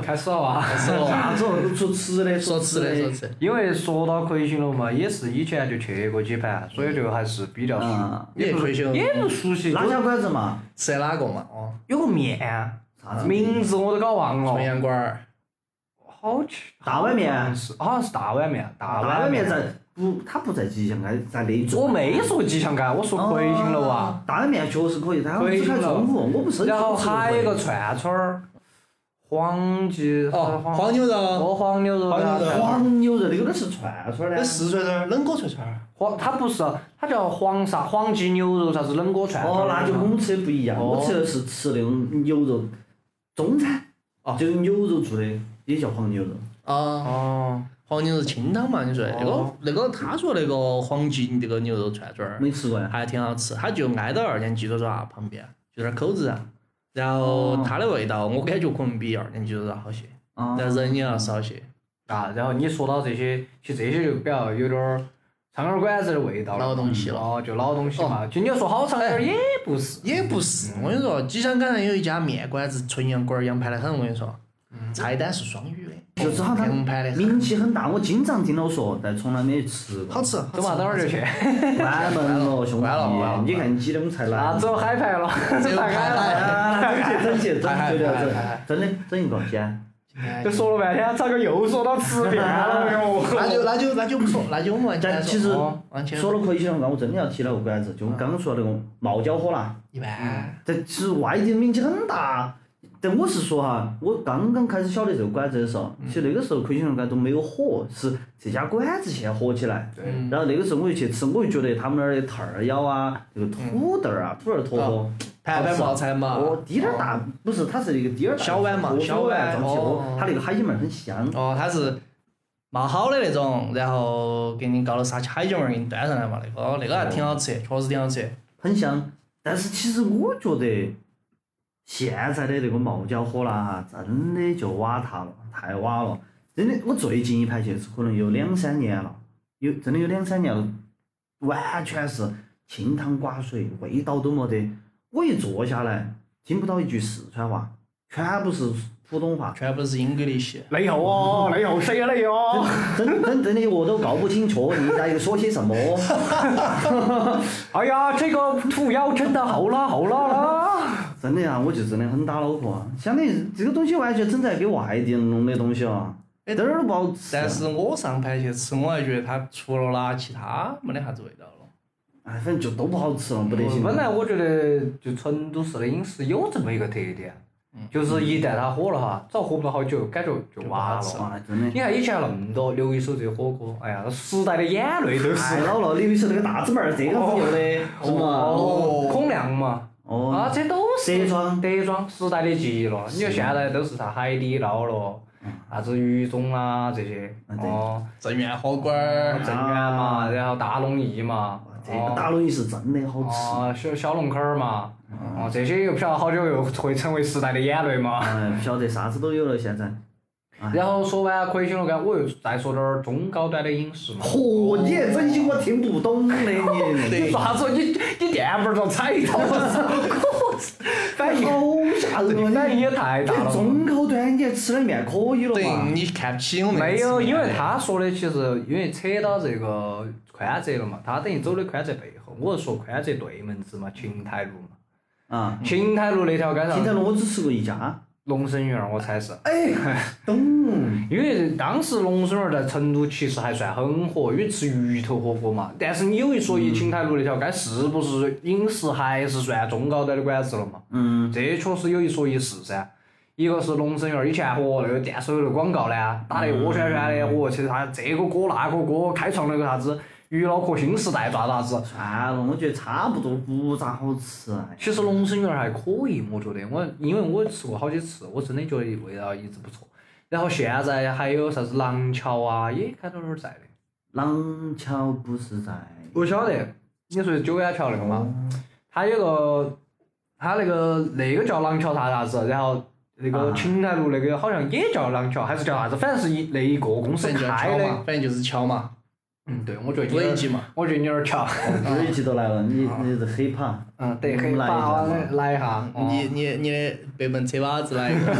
Speaker 3: 开始了吧？
Speaker 4: 是哦，
Speaker 2: 啥子哦？说吃的，
Speaker 4: 说
Speaker 2: 吃
Speaker 4: 吃的说吃的，
Speaker 3: 因为说到魁星楼嘛，也是以前就去过几盘，所以就还是比较熟，
Speaker 2: 啊，
Speaker 4: 你也魁星
Speaker 3: 也不熟悉。
Speaker 2: 辣
Speaker 3: 就
Speaker 2: 椒馆子嘛，
Speaker 4: 吃的哪个嘛？哦，
Speaker 3: 有个面，
Speaker 2: 啥子
Speaker 3: 名字我都搞忘
Speaker 4: 重
Speaker 3: 了，
Speaker 4: 阳馆儿，
Speaker 3: 好吃。
Speaker 2: 大碗面啊
Speaker 3: 好像是好像是大碗面，啊大
Speaker 2: 大碗面
Speaker 3: 面。
Speaker 2: 在不，它不在吉祥街，在那一
Speaker 3: 我
Speaker 2: 座。
Speaker 3: 没说吉祥街，
Speaker 2: 哦
Speaker 3: 我说魁星楼啊。
Speaker 2: 哦。大碗面确实可以，但我
Speaker 3: 魁
Speaker 2: 们只
Speaker 3: 星
Speaker 2: 开
Speaker 3: 楼
Speaker 2: 中午，我们生
Speaker 3: 然后还有一个串串儿，黄记
Speaker 4: 哦，黄
Speaker 3: 牛
Speaker 4: 牛肉，
Speaker 3: 哦黄牛肉
Speaker 4: 黄
Speaker 3: 串
Speaker 4: 牛肉
Speaker 3: 串儿
Speaker 2: 黄牛肉那个是串串儿
Speaker 4: 那
Speaker 2: 的。
Speaker 4: 四川儿，冷锅串串儿，
Speaker 3: 黄它不是它叫黄啥黄记牛肉啥子冷锅串串儿
Speaker 2: 哦，那就跟我吃的不一样，
Speaker 3: 哦
Speaker 2: 我吃的是吃那种牛肉中餐，
Speaker 4: 哦
Speaker 2: 就是牛肉做的，也叫黄牛肉。
Speaker 4: 啊，
Speaker 3: 哦
Speaker 4: 黄牛肉清汤嘛，你说那个
Speaker 3: 哦
Speaker 4: 那个他说那个黄记那个牛肉串串儿
Speaker 2: 没吃过呀？
Speaker 4: 还挺好吃，它就挨到二年级多爪旁边，就在口子上。然后
Speaker 3: 哦
Speaker 4: 它的味道，我感觉可能比二年级多爪好些，
Speaker 2: 啊，
Speaker 4: 但人也要少些。
Speaker 3: 啊，然后你说到这些，其实这些就比较有点儿苍耳馆子的味道了
Speaker 4: 老东西了
Speaker 3: 哦，就老东西嘛。就你要说好长点儿也不是，
Speaker 4: 也不是，我跟你说，吉祥街上有一家面馆子，纯羊馆儿，洋排得很。我跟你说，菜单是双语的，哦
Speaker 2: 就是好像
Speaker 4: 洋排的很，
Speaker 2: 名气很大，我经常听到说，但从来没去吃过
Speaker 4: 好。吃。
Speaker 3: 走嘛，等会儿就去。
Speaker 2: 关门了，兄弟
Speaker 4: 关了关了！
Speaker 2: 你看几点才来？
Speaker 3: 那啊走海牌了，
Speaker 4: 走
Speaker 3: 海
Speaker 4: 海
Speaker 3: 了。
Speaker 2: 啊，整起整起
Speaker 4: 哎
Speaker 2: 整，对
Speaker 4: 哎
Speaker 2: 对
Speaker 4: 哎
Speaker 2: 对，真的整一个先。
Speaker 3: 就 说了半天，咋个又说到吃面了？
Speaker 4: 那 就那就那就不说，那就我们往前
Speaker 2: 但
Speaker 4: 说。
Speaker 2: 其实
Speaker 4: 哦往前
Speaker 2: 说了魁星龙岗，我真的要提那个馆子，就我刚刚说的那个冒椒火辣，
Speaker 4: 一般，
Speaker 2: 在其实外地名气很大。但我是说哈，我刚刚开始晓得这个馆子的时候，其实那个时候魁星龙岗都没有火，是这家馆子先火起来。
Speaker 4: 嗯
Speaker 2: 然后那个时候我就去吃，我就觉得他们那儿的兔儿腰啊，那个土豆儿啊，土豆儿坨坨，
Speaker 4: 盘盘冒菜嘛。
Speaker 2: 哦，滴点儿大，不是，它是一个滴点儿大的
Speaker 4: 小碗嘛
Speaker 2: 锅
Speaker 4: 小碗
Speaker 2: 装起，
Speaker 4: 哦
Speaker 2: 哦，它那个海鲜味儿很香。
Speaker 4: 哦，它是冒好的那种，然后给你搞了沙琪海椒味儿给你端上来嘛，那个那个还挺好吃，确实挺好吃。
Speaker 2: 很香。但是其实我觉得现在的那个冒椒火辣哈，真的就瓦塌了，太瓦了。真的，我最近一盘去吃，可能有两三年了，有真的有两三年了，完全是清汤寡水，味道都没得。我一坐下来，听不到一句四川话，全部是普通话，
Speaker 4: 全部是英格利系，
Speaker 3: 内后哦，内后谁内哦？
Speaker 2: 真真真的我都搞不清楚你在说些什么。
Speaker 3: 哎呀，这个土妖真的好辣好辣啦！
Speaker 2: 真的呀、我就真的很打脑壳啊，相当于这个东西完全整在给外地人弄的东西啊，
Speaker 4: 哎
Speaker 2: 一点儿都不好吃。啊
Speaker 4: 但，是我上盘去吃，我还觉得它除了辣，其他没得啥子味道了。
Speaker 2: 哎，反正就都不好吃了，不得行。啊
Speaker 3: 本来我觉得就成都市的饮食有这么一个特点，就是一旦它火了哈，只要火不到好久，感觉就完
Speaker 4: 就不
Speaker 3: 了。
Speaker 2: 哇，真的
Speaker 3: 你看以前那么多刘一手这火锅，哎呀，时代的眼泪都
Speaker 2: 太
Speaker 3: 是。
Speaker 2: 哎老了。刘一手那个大纸板儿，这个是牛的，是嘛？
Speaker 4: 哦
Speaker 3: 孔亮嘛，啊，
Speaker 2: 哦，
Speaker 3: 这都是
Speaker 2: 蛇庄
Speaker 3: 德庄时代的记忆了。你看现在都是啥海底捞了，啥子渝中啦这些，
Speaker 2: 嗯对
Speaker 3: 哦，
Speaker 4: 正源火锅儿，
Speaker 3: 正源嘛，然后大龙燚嘛，
Speaker 2: 哦这个
Speaker 3: 哦。
Speaker 2: 打龙鱼是真的好吃。
Speaker 3: 啊，小小龙坎儿嘛，
Speaker 2: 嗯
Speaker 3: 哦，这些又不晓得好久又会成为时代的眼泪嘛。
Speaker 2: 哎，不晓得啥子都有了现在。
Speaker 3: 然后说完魁星了，干我又再说点儿中高端的饮食 嘛。
Speaker 2: 嚯，你还真心我听不懂的你。
Speaker 3: 你咋说你你垫不着踩到 我操！反应
Speaker 2: 好吓人
Speaker 3: 反应
Speaker 2: 啊！
Speaker 3: 也太
Speaker 2: 你
Speaker 3: 大了吧。
Speaker 2: 中高端，你还吃的面可以了
Speaker 4: 等于
Speaker 2: 嘛？
Speaker 4: 你看不起我们
Speaker 3: 没有，
Speaker 4: 吃面
Speaker 3: 因
Speaker 4: 的
Speaker 3: 为他说的其实因为扯到这个宽窄了嘛，他等于走的宽窄背后，我是说宽窄对门子嘛，芹台路嘛，
Speaker 2: 啊，
Speaker 3: 芹台路那条街哎
Speaker 2: 芹菜
Speaker 3: 上，
Speaker 2: 路我只吃过一家，
Speaker 3: 龙生园儿，我猜是。
Speaker 2: 懂。
Speaker 3: 因为当时龙顺儿在成都其实还算很火，因为吃鱼头火锅嘛。但是你有一说一，青海路那条街是不是饮食还是算中高端的馆子了嘛？
Speaker 2: 嗯，
Speaker 3: 这确实有一说一是噻。一个是龙生园儿以前和那个电视有那个广告呢，打得窝旋旋的，哦和其实他这个锅那个锅，开创了个啥子鱼脑壳新时代，咋咋子。
Speaker 2: 算了，我觉得差不多，不咋好吃。哎
Speaker 3: 其实龙生园儿还可以，我觉得我因为我吃过好几次，我真的觉得味道一直不错。然后现在还有啥子廊桥啊，也开头有点在的。
Speaker 2: 廊桥不是在，哦
Speaker 3: 我晓得，你说的九眼桥那个嘛，它有个，它那个那个叫廊桥啥啥子，然后那个
Speaker 2: 啊
Speaker 3: 青海路那个好像也叫廊桥，还是叫啥子，反正是一那一个公司
Speaker 4: 反正就是
Speaker 3: 开
Speaker 4: 敲嘛
Speaker 3: 的。，
Speaker 4: 反正就是敲嘛，
Speaker 3: 嗯，对，我觉得有
Speaker 4: 不一
Speaker 3: 点，
Speaker 4: 级嘛。
Speaker 3: 我觉得你有点巧。
Speaker 2: 我一集都来了，你你是黑怕。
Speaker 3: 嗯，对，可以
Speaker 2: 来一下
Speaker 3: 把
Speaker 2: 嘛
Speaker 3: 来一下。哦
Speaker 4: 你你你的白门车 把子来一个，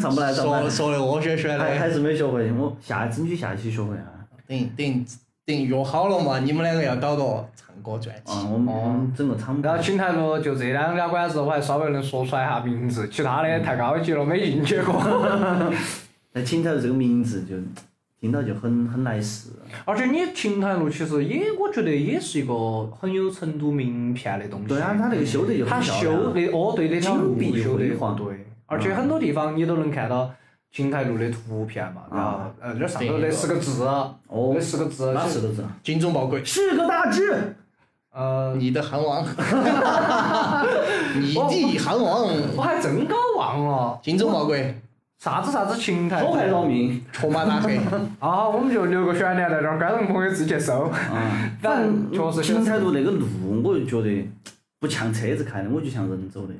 Speaker 2: 上不来，上不
Speaker 4: 说
Speaker 2: 来，
Speaker 4: 说的窝旋旋
Speaker 3: 哎
Speaker 2: 还
Speaker 4: 的，
Speaker 2: 还是没学会。我下争取下期学会啊。
Speaker 4: 等等等约好了嘛，你们两个要搞个唱歌专辑
Speaker 3: 哦
Speaker 2: 啊，，我们我们整个场
Speaker 3: 然后
Speaker 2: 馆。
Speaker 3: 青海路就这两家馆子，我还稍微能说出来一下名字，其他的太高级了，没进去过。
Speaker 2: 那青菜这个名字就听到就很很来事。
Speaker 3: 而且你秦台路其实也，我觉得也是一个很有成都名片的东西。
Speaker 2: 对啊，它那个修的就
Speaker 3: 它
Speaker 2: 很漂
Speaker 3: 修
Speaker 2: 亮。
Speaker 3: 的哦，对，那条路
Speaker 2: 金碧
Speaker 3: 修的
Speaker 2: 辉煌
Speaker 3: 对，而且很多地方你都能看到邢台路的图片嘛，然后
Speaker 2: 啊
Speaker 3: 呃，这上头那四个字，啊
Speaker 2: 哦
Speaker 3: 那，四个字
Speaker 2: 哪
Speaker 3: 是
Speaker 2: 四个字啊？
Speaker 4: 精忠报国，
Speaker 2: 是个大志。
Speaker 3: 呃，
Speaker 4: 你的韩王，你
Speaker 2: 哦
Speaker 4: 的韩王，
Speaker 3: 我还真搞忘了
Speaker 4: 精忠报国，
Speaker 3: 啥子啥子邢台
Speaker 2: 祸害
Speaker 3: 路
Speaker 2: 扰民。
Speaker 4: 戳马打黑，
Speaker 3: 啊，我们就留个悬念在这儿，观众朋友自己去搜。
Speaker 2: 啊，
Speaker 3: 但确实
Speaker 2: 青菜路那个路，我就觉得不像车子开的，我就像人走的，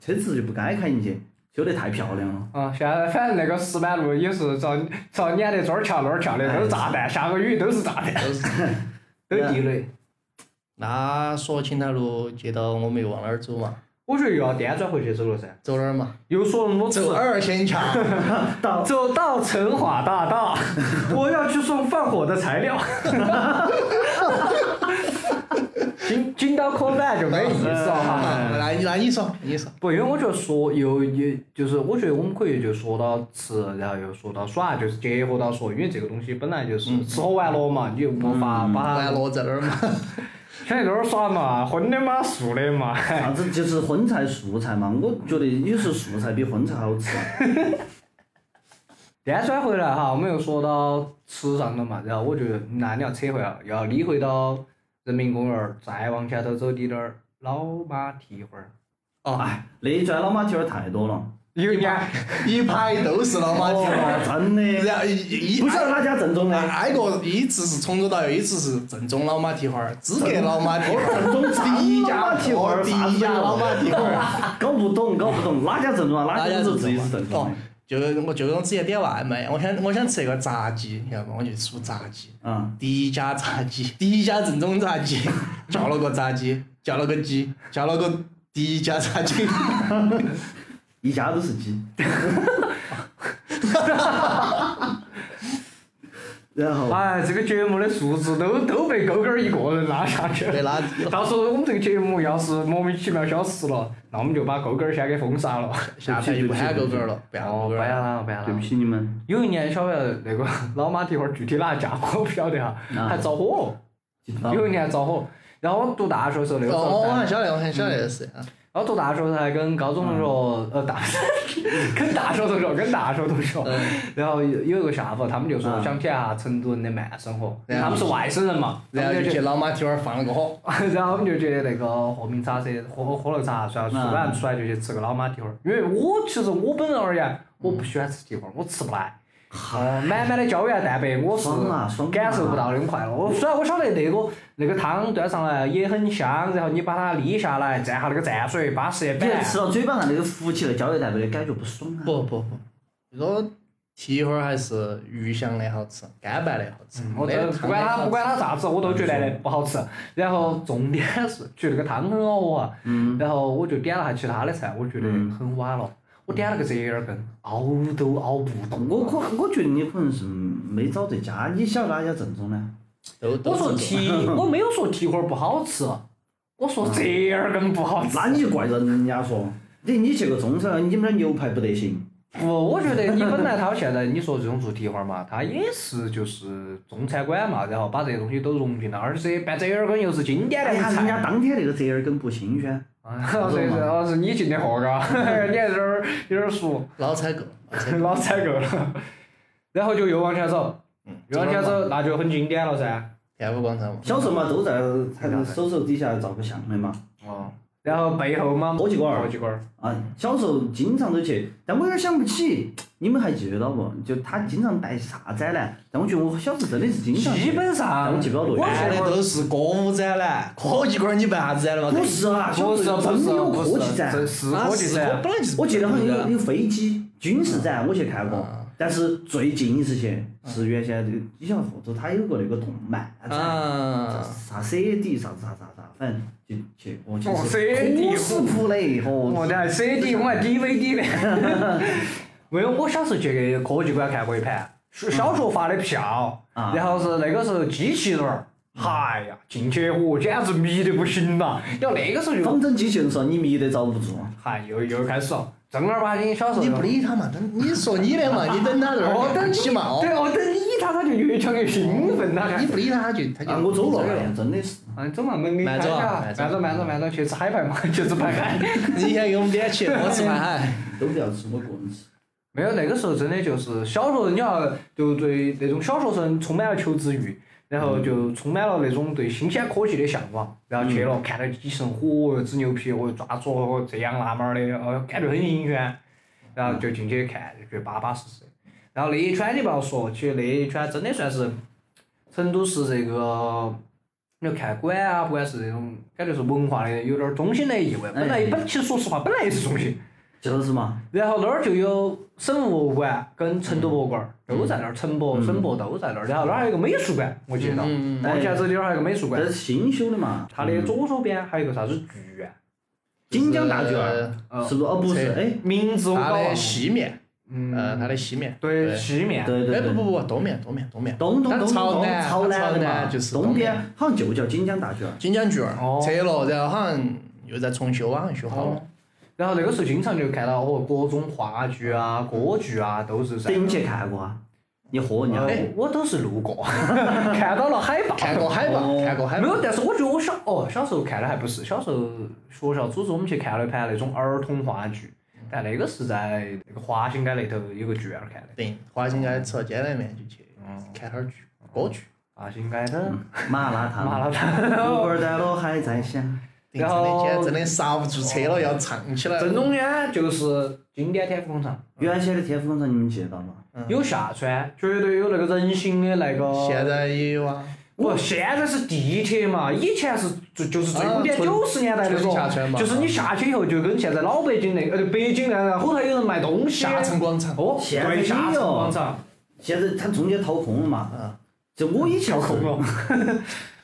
Speaker 2: 车子就不该开进去，修得太漂亮了。
Speaker 3: 啊，现在反正那个石板路也是遭遭撵得这儿翘那儿翘的，都是炸弹，下个雨都是炸弹，
Speaker 4: 都是。
Speaker 3: 都地雷。
Speaker 4: 那说青海路街道，我们又往哪儿走嘛？
Speaker 3: 我觉得又要颠转回去走了噻，
Speaker 4: 走哪儿嘛？
Speaker 3: 又说那么多次
Speaker 4: 走。二仙桥，
Speaker 2: 到
Speaker 3: 走到成华大道，我要去送放火的材料。金金刀科办就没意思了哈。
Speaker 4: 那你那你说，你说，
Speaker 3: 不，因为我觉得说又也就是，我觉得我们可以就说到吃，然后又说到耍，就是结合到说，因为这个东西本来就是吃喝玩乐嘛，你又没法把
Speaker 4: 玩
Speaker 3: 它
Speaker 4: 乐在哪儿嘛？
Speaker 3: 天天在那儿耍嘛，荤的嘛，素的嘛。
Speaker 2: 啥子就是荤菜素菜嘛，我觉得有时候素菜比荤菜好吃。
Speaker 3: 颠转回来哈，我们又说到吃上了嘛，然后我觉得那你要扯回来，要理回到人民公园儿，再往前头走滴点儿，老马蹄花儿，
Speaker 4: 哦，
Speaker 2: 哎那一转老马蹄儿太多了，
Speaker 3: 一个年
Speaker 4: 一排都是老马蹄儿，
Speaker 2: 真的，
Speaker 4: 然后一一
Speaker 2: 不晓得哪家正宗
Speaker 4: 挨
Speaker 2: 的，
Speaker 4: 挨个一直是从左到右，一直是正宗老马蹄花儿，资格老马蹄花儿，
Speaker 2: 正宗
Speaker 4: 第一家
Speaker 2: 蹄花儿，
Speaker 4: 第一家老马蹄花儿。
Speaker 2: 搞不懂，搞不懂哪家正宗啊，哪家都是自己是正宗
Speaker 4: 哦
Speaker 2: 的。，
Speaker 4: 就是我就是我之前点外卖，我想我想吃一个炸鸡，晓得不？我就数炸鸡。
Speaker 2: 嗯，
Speaker 4: 第一家炸鸡， 第一家正宗炸鸡， 叫了个炸鸡，叫了个鸡，叫了个第一家炸鸡。
Speaker 2: 一家都是鸡。然后，
Speaker 3: 哎，这个节目的素质都都被勾勾儿一个人拉下去
Speaker 4: 被
Speaker 3: 了。
Speaker 4: 拉低了，
Speaker 3: 到时候我们这个节目要是莫名其妙消失了，那我们就把勾勾儿先给封杀 了。
Speaker 4: 下台就不喊狗狗了，不喊狗
Speaker 3: 哦，
Speaker 4: 狗
Speaker 3: 不要
Speaker 4: 了。
Speaker 3: 了，不要
Speaker 2: 对不
Speaker 3: 了。
Speaker 2: 起你们，
Speaker 3: 有一年，晓不晓得那个老马蹄花儿具体哪家伙我不晓得哈，
Speaker 2: 啊
Speaker 3: 还着火，哦
Speaker 2: 记不到
Speaker 3: 有一年着火。然后我读大学的时候，那个时
Speaker 4: 哦，
Speaker 3: 候
Speaker 4: 我
Speaker 3: 在
Speaker 4: 我还晓得，我还晓得是啊。
Speaker 3: 然后读大学的时候还跟高中同学，呃，大， 跟大学同学，跟大学同学，然后有有一个下午，他们就说
Speaker 2: 嗯
Speaker 3: 想体验下成都人的慢生活，因为
Speaker 4: 然
Speaker 3: 他
Speaker 4: 后
Speaker 3: 们是外省人嘛，
Speaker 4: 然后
Speaker 3: 他们
Speaker 4: 啊就
Speaker 3: 就 去，
Speaker 4: 去老马蹄儿放了个火，
Speaker 3: 然后我们就去那个和平茶社喝喝喝了个茶，然后吃完出来就去吃个老马蹄花儿，因为我其实我本人而言，我不喜欢吃蹄花儿，我吃不来。呃，满满的胶原蛋白，我是
Speaker 2: 爽啊爽啊
Speaker 3: 感受不到那种快乐。我虽然我晓得那个那个汤端上来也很香，然后你把它沥下来，蘸下那个蘸水，巴适一
Speaker 2: 你
Speaker 3: 板。
Speaker 2: 吃到嘴巴上那个浮起的胶原蛋白的感觉不爽啊。
Speaker 4: 不不不，你说蹄花儿还是鱼香的好吃，干拌的好吃。
Speaker 3: 嗯我
Speaker 4: 没
Speaker 3: 真
Speaker 4: 得
Speaker 3: 的
Speaker 4: 汤
Speaker 3: 不管它不管它啥子，我都觉得
Speaker 2: 嗯
Speaker 3: 不好吃。然后重点是，觉得那个汤很好喝啊。
Speaker 2: 嗯
Speaker 3: 然后我就点了下其他的菜，我觉得很晚了。我点了个折耳根，熬都熬不动。
Speaker 2: 我可我觉得你可能是没找对家，你晓得哪家正宗呢？
Speaker 4: 都都
Speaker 3: 我说
Speaker 4: 是
Speaker 3: 蹄， 我没有说蹄花儿不好吃，我说折耳根不好吃。
Speaker 2: 那你就怪人家说，你你去个中超，你们那儿牛排不得行。
Speaker 3: 我我觉得你本来他现在你说这种做蹄花儿嘛，他也是就是中餐馆嘛，然后把这些东西都融进了，而且拌折耳根又是经典的
Speaker 2: 哎呀，
Speaker 3: 菜
Speaker 2: 人。家当天那个折耳根不新鲜，
Speaker 3: 啊，对对，哦，是你进的货，嘎， 你还有点儿有点儿熟，
Speaker 4: 老采购，老采购
Speaker 3: 老采购了。然后就又往前走，
Speaker 4: 嗯，
Speaker 3: 又往前走，那就很经典了噻。
Speaker 4: 天府广场嘛，
Speaker 2: 小时候嘛都在还是手手底下照个相的嘛。
Speaker 3: 哦。然后背后嘛，
Speaker 2: 火鸡馆儿
Speaker 3: 火鸡馆儿，
Speaker 2: 啊，小时候经常都去，但我有点想不起，你们还记得到不？就他经常带啥展览？但我觉得我小时候真的是经常
Speaker 3: 基
Speaker 2: 去。
Speaker 3: 本上
Speaker 2: 我记不了内容
Speaker 3: 我
Speaker 4: 办的
Speaker 3: 记
Speaker 4: 都是歌舞展览，科技馆儿你办啥子展览嘛？
Speaker 2: 不是啊，小
Speaker 3: 不是
Speaker 2: 时候
Speaker 3: 不
Speaker 2: 真
Speaker 3: 是
Speaker 2: 的有
Speaker 3: 不
Speaker 2: 科技
Speaker 3: 是，
Speaker 2: 展，
Speaker 3: 这是
Speaker 4: 啊
Speaker 3: 科技
Speaker 4: 是
Speaker 3: 展
Speaker 4: 本。来就是
Speaker 2: 我记得好像有
Speaker 4: 的
Speaker 2: 有飞机、军事展，
Speaker 3: 嗯
Speaker 2: 我去看过。但是最近一次去是原先这个，以前后头他有个那个动漫
Speaker 3: 嗯
Speaker 2: 展，啥
Speaker 4: 啊，
Speaker 2: 啥 CD 啥子啥啥啥，反正就去我去
Speaker 3: 哦
Speaker 2: 是
Speaker 3: CD
Speaker 2: 科斯普哦嘞，
Speaker 3: 我
Speaker 2: 嚯！
Speaker 3: 的 CD，我还 DVD 呢。没有，我小时候去科技馆看过一盘，小小学发的票，
Speaker 2: 啊
Speaker 3: 然后是那个时候机器人儿，嗨呀，进去我简直迷得不行了。要那个时候就，
Speaker 2: 仿真机器人说你迷得遭不住，啊
Speaker 3: 嗨，又又开始了，正儿八经小时候。
Speaker 4: 你不理他嘛？等你说你的 嘛，你哦等他这儿
Speaker 3: 我哦等你
Speaker 4: 起哦毛，
Speaker 3: 对，我等你他，他就越讲越兴奋，他看
Speaker 4: 你。不理他，他就他就
Speaker 2: 啊，我走了，哎呀，真的是。
Speaker 3: 嗯，走嘛，门给你开
Speaker 4: 慢走啊
Speaker 3: 下，慢
Speaker 4: 慢走
Speaker 3: 走慢走慢走，去吃海排嘛，去吃排海。
Speaker 4: 你先给我们点钱，我吃饭海。
Speaker 2: 都不要吃，我个人吃。
Speaker 3: 没有，那个时候真的就是小学，你要就对那种小学生充满了求知欲，然后就充满了那种对新鲜科技的向往，然后去了看到机器人，嚯哟，之牛皮，我抓住哦这样那么儿的，哦，感觉很新鲜，然后就进去看，就觉得巴巴适适的。然后那一圈你不要说，其实那一圈真的算是成都市这个。你就看馆啊，不管是这种感觉是文化的，有点儿中心的意味。本来本其实说实话，本来也是中心，
Speaker 2: 就是嘛，
Speaker 3: 然后那儿就有省博物馆跟成都博物馆儿都在那儿，成博、省博都在那儿。然后那儿还有个美术馆，我记得，
Speaker 4: 嗯
Speaker 3: 我记得这里头还有个美术馆
Speaker 2: 这，是新嗯修的嘛。嗯
Speaker 3: 它的左手边还有个啥子剧院，
Speaker 2: 锦江大剧
Speaker 4: 啊
Speaker 2: 院
Speaker 3: 呃
Speaker 2: 是不是？哦，不是，
Speaker 4: 这
Speaker 2: 哎，
Speaker 3: 名字我搞
Speaker 4: 它
Speaker 3: 忘
Speaker 4: 的
Speaker 3: 了。
Speaker 4: 西面，
Speaker 3: 嗯，
Speaker 4: 呃，它的西面，
Speaker 3: 对西面，
Speaker 2: 对对
Speaker 4: 哎不
Speaker 2: 对。
Speaker 4: 不不，东面东面东面，
Speaker 2: 东东
Speaker 4: 它
Speaker 2: 东东
Speaker 4: 朝
Speaker 2: 东
Speaker 4: 南
Speaker 2: 朝
Speaker 4: 它
Speaker 2: 南
Speaker 4: 朝
Speaker 2: 的嘛，
Speaker 4: 南就是
Speaker 2: 东
Speaker 4: 东
Speaker 2: 边好像就叫锦江大剧院。
Speaker 4: 锦江剧院
Speaker 3: 哦
Speaker 4: 拆了，然后好像又在重修啊，好像修好了。
Speaker 3: 然后那个时候经常就看到哦，各种话剧啊、歌剧啊都是在
Speaker 2: 等。你去看过啊？你喝人家。
Speaker 3: 呃我都是路过， 看到了海报。
Speaker 4: 看过海报，
Speaker 2: 哦
Speaker 4: 看过海
Speaker 3: 没
Speaker 4: 报。
Speaker 3: 有，但是我觉得我小哦，小时候看的还不是，小时候学校组织我们去看了一盘那种儿童话剧，但那个是在那个华新街那头有个剧院看的。
Speaker 4: 对，华新街吃了煎蛋面就去看哈儿剧，歌剧。
Speaker 3: 华新街的
Speaker 2: 麻辣
Speaker 3: 麻
Speaker 2: 烫，
Speaker 3: 辣烫，
Speaker 2: 路过的我还在想。
Speaker 4: 对真
Speaker 3: 然
Speaker 4: 的
Speaker 3: 后
Speaker 4: 今天真的刹不住车了，要唱起来了。
Speaker 3: 正中间就是经典天府广场，
Speaker 2: 原先的天府广场你们记得到吗？
Speaker 3: 有下川，绝对有那个人行的那个。
Speaker 4: 现在也有啊，
Speaker 3: 不，现在是地铁嘛，以前是就就是最古典
Speaker 4: 啊纯
Speaker 3: 九十年代那
Speaker 4: 纯
Speaker 3: 种
Speaker 4: 下川，嘛
Speaker 3: 就是你下去以后就跟现在老北京那个呃北京那样，后头有人卖东西。
Speaker 4: 下城广场。
Speaker 3: 哦，
Speaker 2: 现在
Speaker 3: 对，下
Speaker 2: 也
Speaker 3: 城
Speaker 2: 有
Speaker 3: 广场。
Speaker 2: 现在它中间掏空了嘛？就我以前
Speaker 3: 跳空了。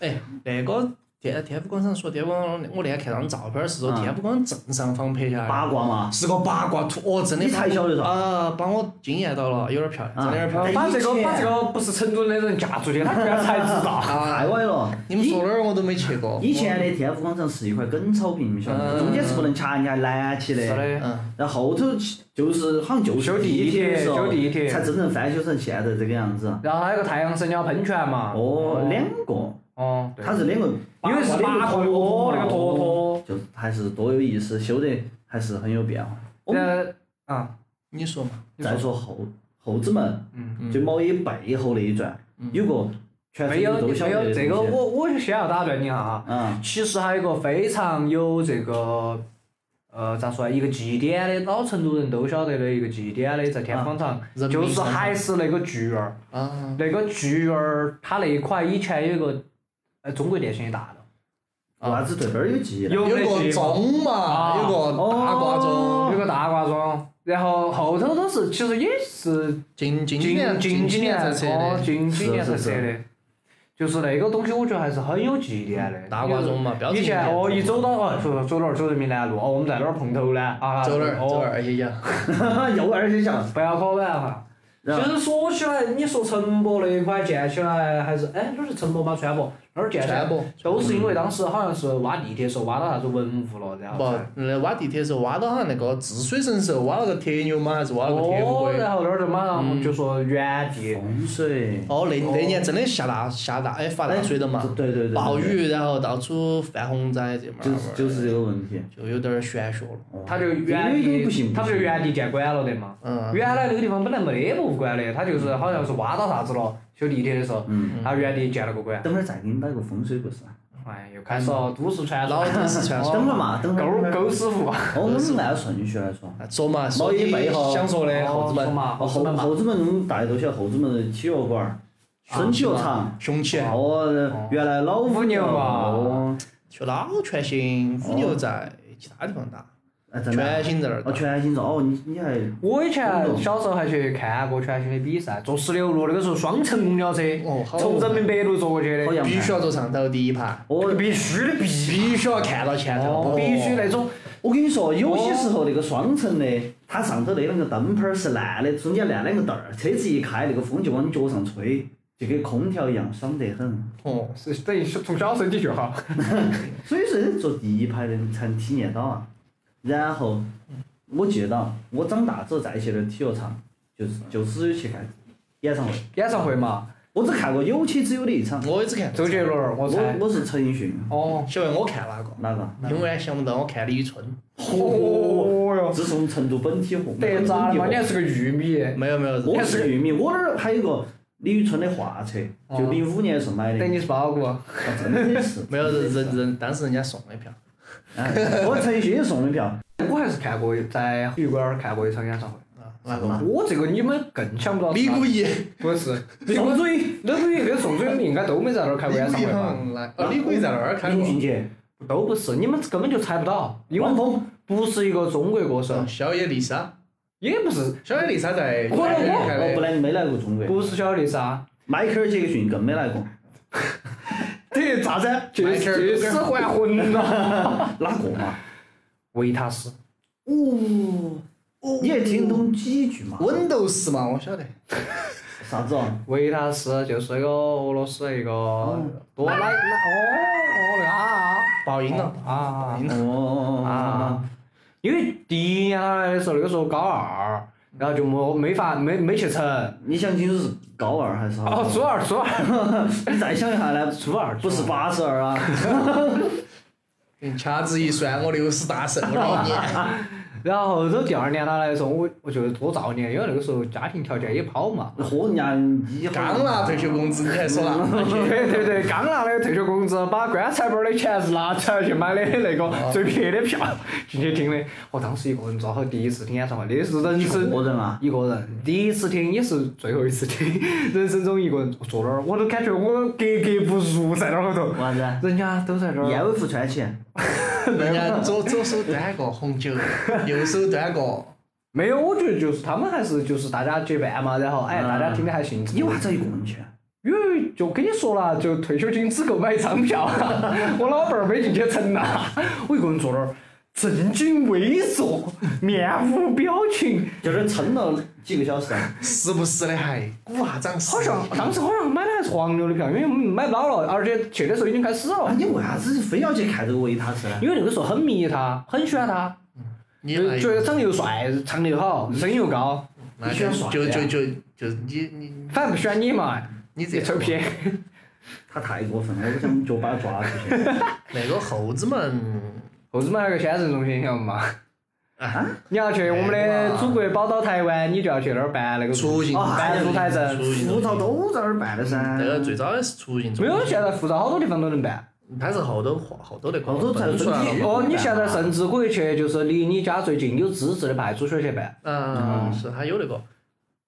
Speaker 4: 哎，那个天天府广场说天府广场，我那天看张照片儿是从天府广场正上方拍下来
Speaker 2: 八
Speaker 4: 的，
Speaker 2: 卦嘛，
Speaker 4: 嗯是个八卦图，哦，真的
Speaker 2: 你才晓得噻。
Speaker 4: 啊，嗯把我惊艳到了，有点漂亮，真的有点漂
Speaker 2: 啊
Speaker 4: 亮。
Speaker 3: 哎把这个把这个不是成都的人嫁出去，他居然才知 道。
Speaker 4: 哎
Speaker 2: 太歪了。
Speaker 4: 你们说哪儿我都没去过。
Speaker 2: 以前的天府广场是一块梗草坪，你晓得吗，
Speaker 4: 嗯
Speaker 2: 中间是不能掐人家拦起的。
Speaker 3: 的，
Speaker 4: 嗯，
Speaker 2: 然后后头就是好像就是
Speaker 3: 修地
Speaker 2: 铁的
Speaker 3: 铁，
Speaker 2: 时候
Speaker 3: 修地铁，
Speaker 2: 才真正翻修成现在这个样子。
Speaker 3: 然后还有个太阳神鸟喷泉嘛。
Speaker 2: 哦，两个，
Speaker 3: 哦，对
Speaker 2: 它是两个，
Speaker 3: 因为是八块哦，那个坨坨。
Speaker 2: 就还是多有意思，修得还是很有变化。我们
Speaker 3: 呃，啊，
Speaker 4: 你说嘛，
Speaker 3: 你
Speaker 2: 再
Speaker 3: 说
Speaker 2: 说后后子门，
Speaker 3: 嗯，
Speaker 2: 就毛衣背后那一转，有个全成
Speaker 3: 没有
Speaker 2: 都都晓
Speaker 3: 没
Speaker 2: 得
Speaker 3: 有
Speaker 2: 的
Speaker 3: 这个，
Speaker 2: 东西
Speaker 3: 我我就先要打断你一下哈。
Speaker 2: 嗯，
Speaker 3: 其实还有一个非常有这个，呃，咋说啊？一个祭典的，老成都人都晓得的一个祭典的，在天府广场，
Speaker 4: 人民
Speaker 3: 就是
Speaker 4: 广场
Speaker 3: 还是那个剧院儿。
Speaker 4: 啊，
Speaker 3: 那个剧院儿，它那一块以前有一个呃中国电信一大的，
Speaker 2: 为啥子这边儿有记忆呢？
Speaker 3: 有
Speaker 4: 有
Speaker 3: 那
Speaker 4: 个
Speaker 3: 些
Speaker 4: 钟嘛，
Speaker 3: 啊
Speaker 4: 有个大挂钟，
Speaker 3: 有个大挂钟，然后后头都是其实也是
Speaker 4: 近近几
Speaker 3: 近
Speaker 4: 年
Speaker 3: 近几年
Speaker 4: 才拆
Speaker 3: 哦，
Speaker 4: 的，
Speaker 3: 近几年才
Speaker 2: 是是
Speaker 3: 拆的，就是那个东西，我觉得还是很有记忆点的。
Speaker 4: 大挂钟嘛，标志
Speaker 3: 以
Speaker 4: 性
Speaker 3: 前
Speaker 4: 建筑
Speaker 3: 哦，一走到哦，走走哪儿走人民南路哦，我们在哪儿碰头呢？啊，
Speaker 4: 走哪儿走哪
Speaker 3: 哦，
Speaker 4: 儿，哎呀，
Speaker 2: 啊有二十响。
Speaker 3: 不要搞晚哈。
Speaker 2: 然
Speaker 3: 其
Speaker 2: 后
Speaker 3: 实说起来，你说城博那一块建起来还是，哎，哪儿是城博吗？川博？哪儿建
Speaker 4: 全
Speaker 3: 噻
Speaker 4: 部？
Speaker 3: 都是因为当时好像是挖地铁时候挖到啥子文物了，然后
Speaker 4: 不
Speaker 3: 才，
Speaker 4: 那挖地铁的时候挖到好像那个治水神时候挖了个铁牛嘛，还是挖了个铁嗯乌
Speaker 3: 哦，
Speaker 4: 龟？
Speaker 3: 然后那儿就马上就说原地，
Speaker 2: 洪水，
Speaker 4: 哦，那那年真的下大下大哎发大水了嘛，
Speaker 2: 对对对，对
Speaker 4: 暴，雨，然后到处泛洪灾这嘛，
Speaker 2: 就是就是这个问题。
Speaker 4: 就有点儿玄学了。
Speaker 2: 哦
Speaker 3: 他就
Speaker 2: 这
Speaker 3: 原
Speaker 2: 个也不行，
Speaker 3: 地，他不
Speaker 2: 不
Speaker 3: 就
Speaker 2: 行
Speaker 3: 原地建馆了的嘛？
Speaker 4: 嗯，
Speaker 3: 原来那个地方本来没得博物馆的，他就是好像是挖到啥子了，修地铁的时候，
Speaker 2: 嗯，
Speaker 3: 他原地建了个馆。
Speaker 2: 等会儿再给你摆个风水故事啊。
Speaker 3: 哎，又开始了都市传说
Speaker 4: 老，都市
Speaker 3: 哦
Speaker 4: 传
Speaker 2: 等
Speaker 4: 说，
Speaker 2: 会儿嘛，等会
Speaker 3: 勾
Speaker 2: 儿。
Speaker 3: 勾师傅。啊
Speaker 2: 哦，我们按顺序来说。
Speaker 4: 啊说嘛，
Speaker 2: 猫
Speaker 4: 说
Speaker 2: 一
Speaker 4: 你
Speaker 2: 背后
Speaker 4: 想说的后子
Speaker 3: 哦说
Speaker 4: 们，
Speaker 3: 嘛，
Speaker 2: 哦，
Speaker 3: 后
Speaker 2: 后
Speaker 3: 门嘛，
Speaker 2: 后子门我们大家都晓得，后子门是体育馆儿、孙体育场。
Speaker 4: 啊雄起，
Speaker 2: 哦，原来老
Speaker 3: 五牛啊
Speaker 2: 哦，
Speaker 4: 去老全兴，五牛在其他地方打，
Speaker 2: 哎，真的啊。
Speaker 4: 全兴在那儿打
Speaker 2: 哦，。全新照哦，你你还
Speaker 3: 我以前小时候还去看过全新的比赛，坐十六路，那个时候双层公交车，
Speaker 4: 哦，好，
Speaker 3: 从人民北路坐过去
Speaker 2: 好
Speaker 3: 的，
Speaker 2: 洋
Speaker 4: 必须
Speaker 2: 派。
Speaker 4: 要坐上头第一排，
Speaker 2: 哦，
Speaker 3: 必须的，必须，
Speaker 4: 必须要看到前头，哦
Speaker 3: 必须那种，
Speaker 2: 我跟你说，有些时候那个双层的，它上头那两个灯泡儿是烂的，中间烂两个凳儿，车子一开，那个风就往你脚上吹，就跟空调一样，爽得很。
Speaker 4: 哦，
Speaker 3: 是等于是从小身体学好。
Speaker 2: 所以说人坐第一排的人才能体验到啊。然后我记得到，我长大之后再去那儿体育场，就是就只有去看演唱会，
Speaker 3: 演唱会嘛，
Speaker 2: 我只看过有其只有的一场。
Speaker 4: 我也只看
Speaker 3: 周杰伦儿，我
Speaker 2: 我
Speaker 3: 猜。
Speaker 2: 我是陈奕迅，
Speaker 3: 哦，
Speaker 4: 小魏，我看哪个？
Speaker 2: 哪个？
Speaker 4: 永远想不到我看李宇春，
Speaker 3: 哦哟，
Speaker 2: 这是我们成都本体户。
Speaker 3: 得咋了嘛？
Speaker 2: 本
Speaker 3: 你
Speaker 2: 地
Speaker 3: 还
Speaker 2: 户
Speaker 3: 是个玉米，
Speaker 4: 没有没有，
Speaker 2: 我是个玉米，我那儿还有个李宇春的画册，就零五年时候买的
Speaker 3: 等，哦你是包谷。
Speaker 2: 啊真的是。
Speaker 4: 没有人人人，当时人家送的票，
Speaker 2: 哎我陈奕迅也送的票，
Speaker 3: 我还是看过在体育馆儿看过一场演唱会。
Speaker 4: 啊，哪个？
Speaker 3: 我这个你们更想不到。
Speaker 4: 李谷一，
Speaker 3: 不是，
Speaker 2: 送嘴，
Speaker 3: 那个月跟宋祖英应该都没在那儿开过
Speaker 4: 李
Speaker 3: 演
Speaker 4: 谷
Speaker 3: 唱
Speaker 4: 一
Speaker 3: 会
Speaker 4: 好
Speaker 3: 吧？
Speaker 4: 像来，哦，李谷一在那儿开
Speaker 2: 林
Speaker 4: 过。
Speaker 2: 俊杰，
Speaker 3: 都不是，你们根本就猜不到，因为
Speaker 2: 汪峰，
Speaker 3: 不是一个中国歌手
Speaker 4: 哦，小野丽莎，
Speaker 3: 也不是，
Speaker 4: 小野丽莎在
Speaker 3: 我
Speaker 4: 在
Speaker 3: 我
Speaker 4: 开
Speaker 2: 哦，不
Speaker 4: 的，
Speaker 2: 然你没来过中国。
Speaker 3: 不是小丽莎，
Speaker 2: 迈克尔·杰克逊更没来过。
Speaker 3: 这
Speaker 2: 啥子？
Speaker 3: 去
Speaker 4: 迈克尔
Speaker 3: 去
Speaker 4: 杰克
Speaker 3: 死还魂了。
Speaker 2: 哪个嘛？
Speaker 3: 维塔斯，
Speaker 2: 哦，你还听懂几句嘛？
Speaker 4: Windows 嘛，我晓得。
Speaker 2: 啥子哦？
Speaker 3: 维塔斯就是那个俄罗斯一个多奶奶哦，那个啊
Speaker 4: 爆音了，
Speaker 3: 啊啊
Speaker 2: 哦哦
Speaker 3: 啊啊！因为第一年他来的时候，那个时候高二，然后就没没法没没去成。
Speaker 2: 你想清楚是高二还是啥？
Speaker 3: 哦，初二初二
Speaker 2: 你再想一下呢，
Speaker 3: 初二，
Speaker 2: 不是八十二 啊？
Speaker 4: 嗯掐指一算，我六十大寿了 你。
Speaker 3: 然后等第二年他来的时候，我我就多造孽，因为那个时候家庭条件也不好嘛。
Speaker 2: 豁人啊家一
Speaker 4: 刚拿退休工资，你还说哪？
Speaker 3: 对对对，刚拿的退休工资，把棺材本儿的钱是拿出来去买的那个最便宜的票进去听的。我当时一个人正好第一次听演唱会，那是人生
Speaker 2: 个人啊？
Speaker 3: 一个人第一次听，也是最后一次听， 人生中一个人坐那儿，我都感觉我格格不入在那儿后头，
Speaker 2: 啥子？
Speaker 3: 人家都在那儿。
Speaker 2: 燕尾服穿起，
Speaker 4: 人家左左手端个红酒，右手端个。
Speaker 3: 没有，我觉得就是他们还是就是大家结伴嘛，然后哎，
Speaker 2: 嗯
Speaker 3: 大家听的还兴致。
Speaker 2: 你为啥子一个啊人去？
Speaker 3: 因为就跟你说了，就退休金只够买一张 票，我老伴儿没进去成呐，我一个人坐那儿，正襟危坐，面无表情，
Speaker 2: 就那儿撑了几个小时啊，
Speaker 4: 时不时的还鼓下掌，
Speaker 3: 好像当时好像买的还是黄牛的票，因为买不到了，而且去的时候已经开始
Speaker 2: 啊
Speaker 3: 了，
Speaker 2: 你为啥子非要去看这个维塔斯呢？
Speaker 3: 因为那个时候很迷他，很喜欢他，
Speaker 4: 你
Speaker 3: 就
Speaker 4: 来
Speaker 3: 觉得长得又帅，唱得又好，声音又高，
Speaker 4: 那
Speaker 2: 你喜欢
Speaker 4: 就
Speaker 2: 耍
Speaker 4: 就
Speaker 2: 的
Speaker 4: 就
Speaker 2: 呀
Speaker 4: 就就你你
Speaker 3: 反正不喜欢你嘛，
Speaker 4: 你这
Speaker 3: 你臭屁，
Speaker 2: 他太过分了，我想脚把他抓出去。
Speaker 4: 那个后子门，
Speaker 3: 后子买了个先人中心，晓得嘛？
Speaker 4: 啊，
Speaker 3: 你要去我们的祖国宝岛台湾，你就要去那儿办那个
Speaker 4: 出境
Speaker 2: 哦
Speaker 3: 办出台证。
Speaker 2: 护照都在那儿办的噻。
Speaker 4: 那个最早的是出行中
Speaker 3: 没
Speaker 4: 心，
Speaker 3: 有，现在护照好多地方都能办。
Speaker 4: 它是后头后头那块
Speaker 2: 后头才
Speaker 4: 蹦出来
Speaker 2: 分
Speaker 4: 了
Speaker 2: 区
Speaker 4: 嘛。
Speaker 3: 哦，你现在甚至可以去，就是离你家最近有资质的派出所去办。
Speaker 4: 嗯，是它有那个。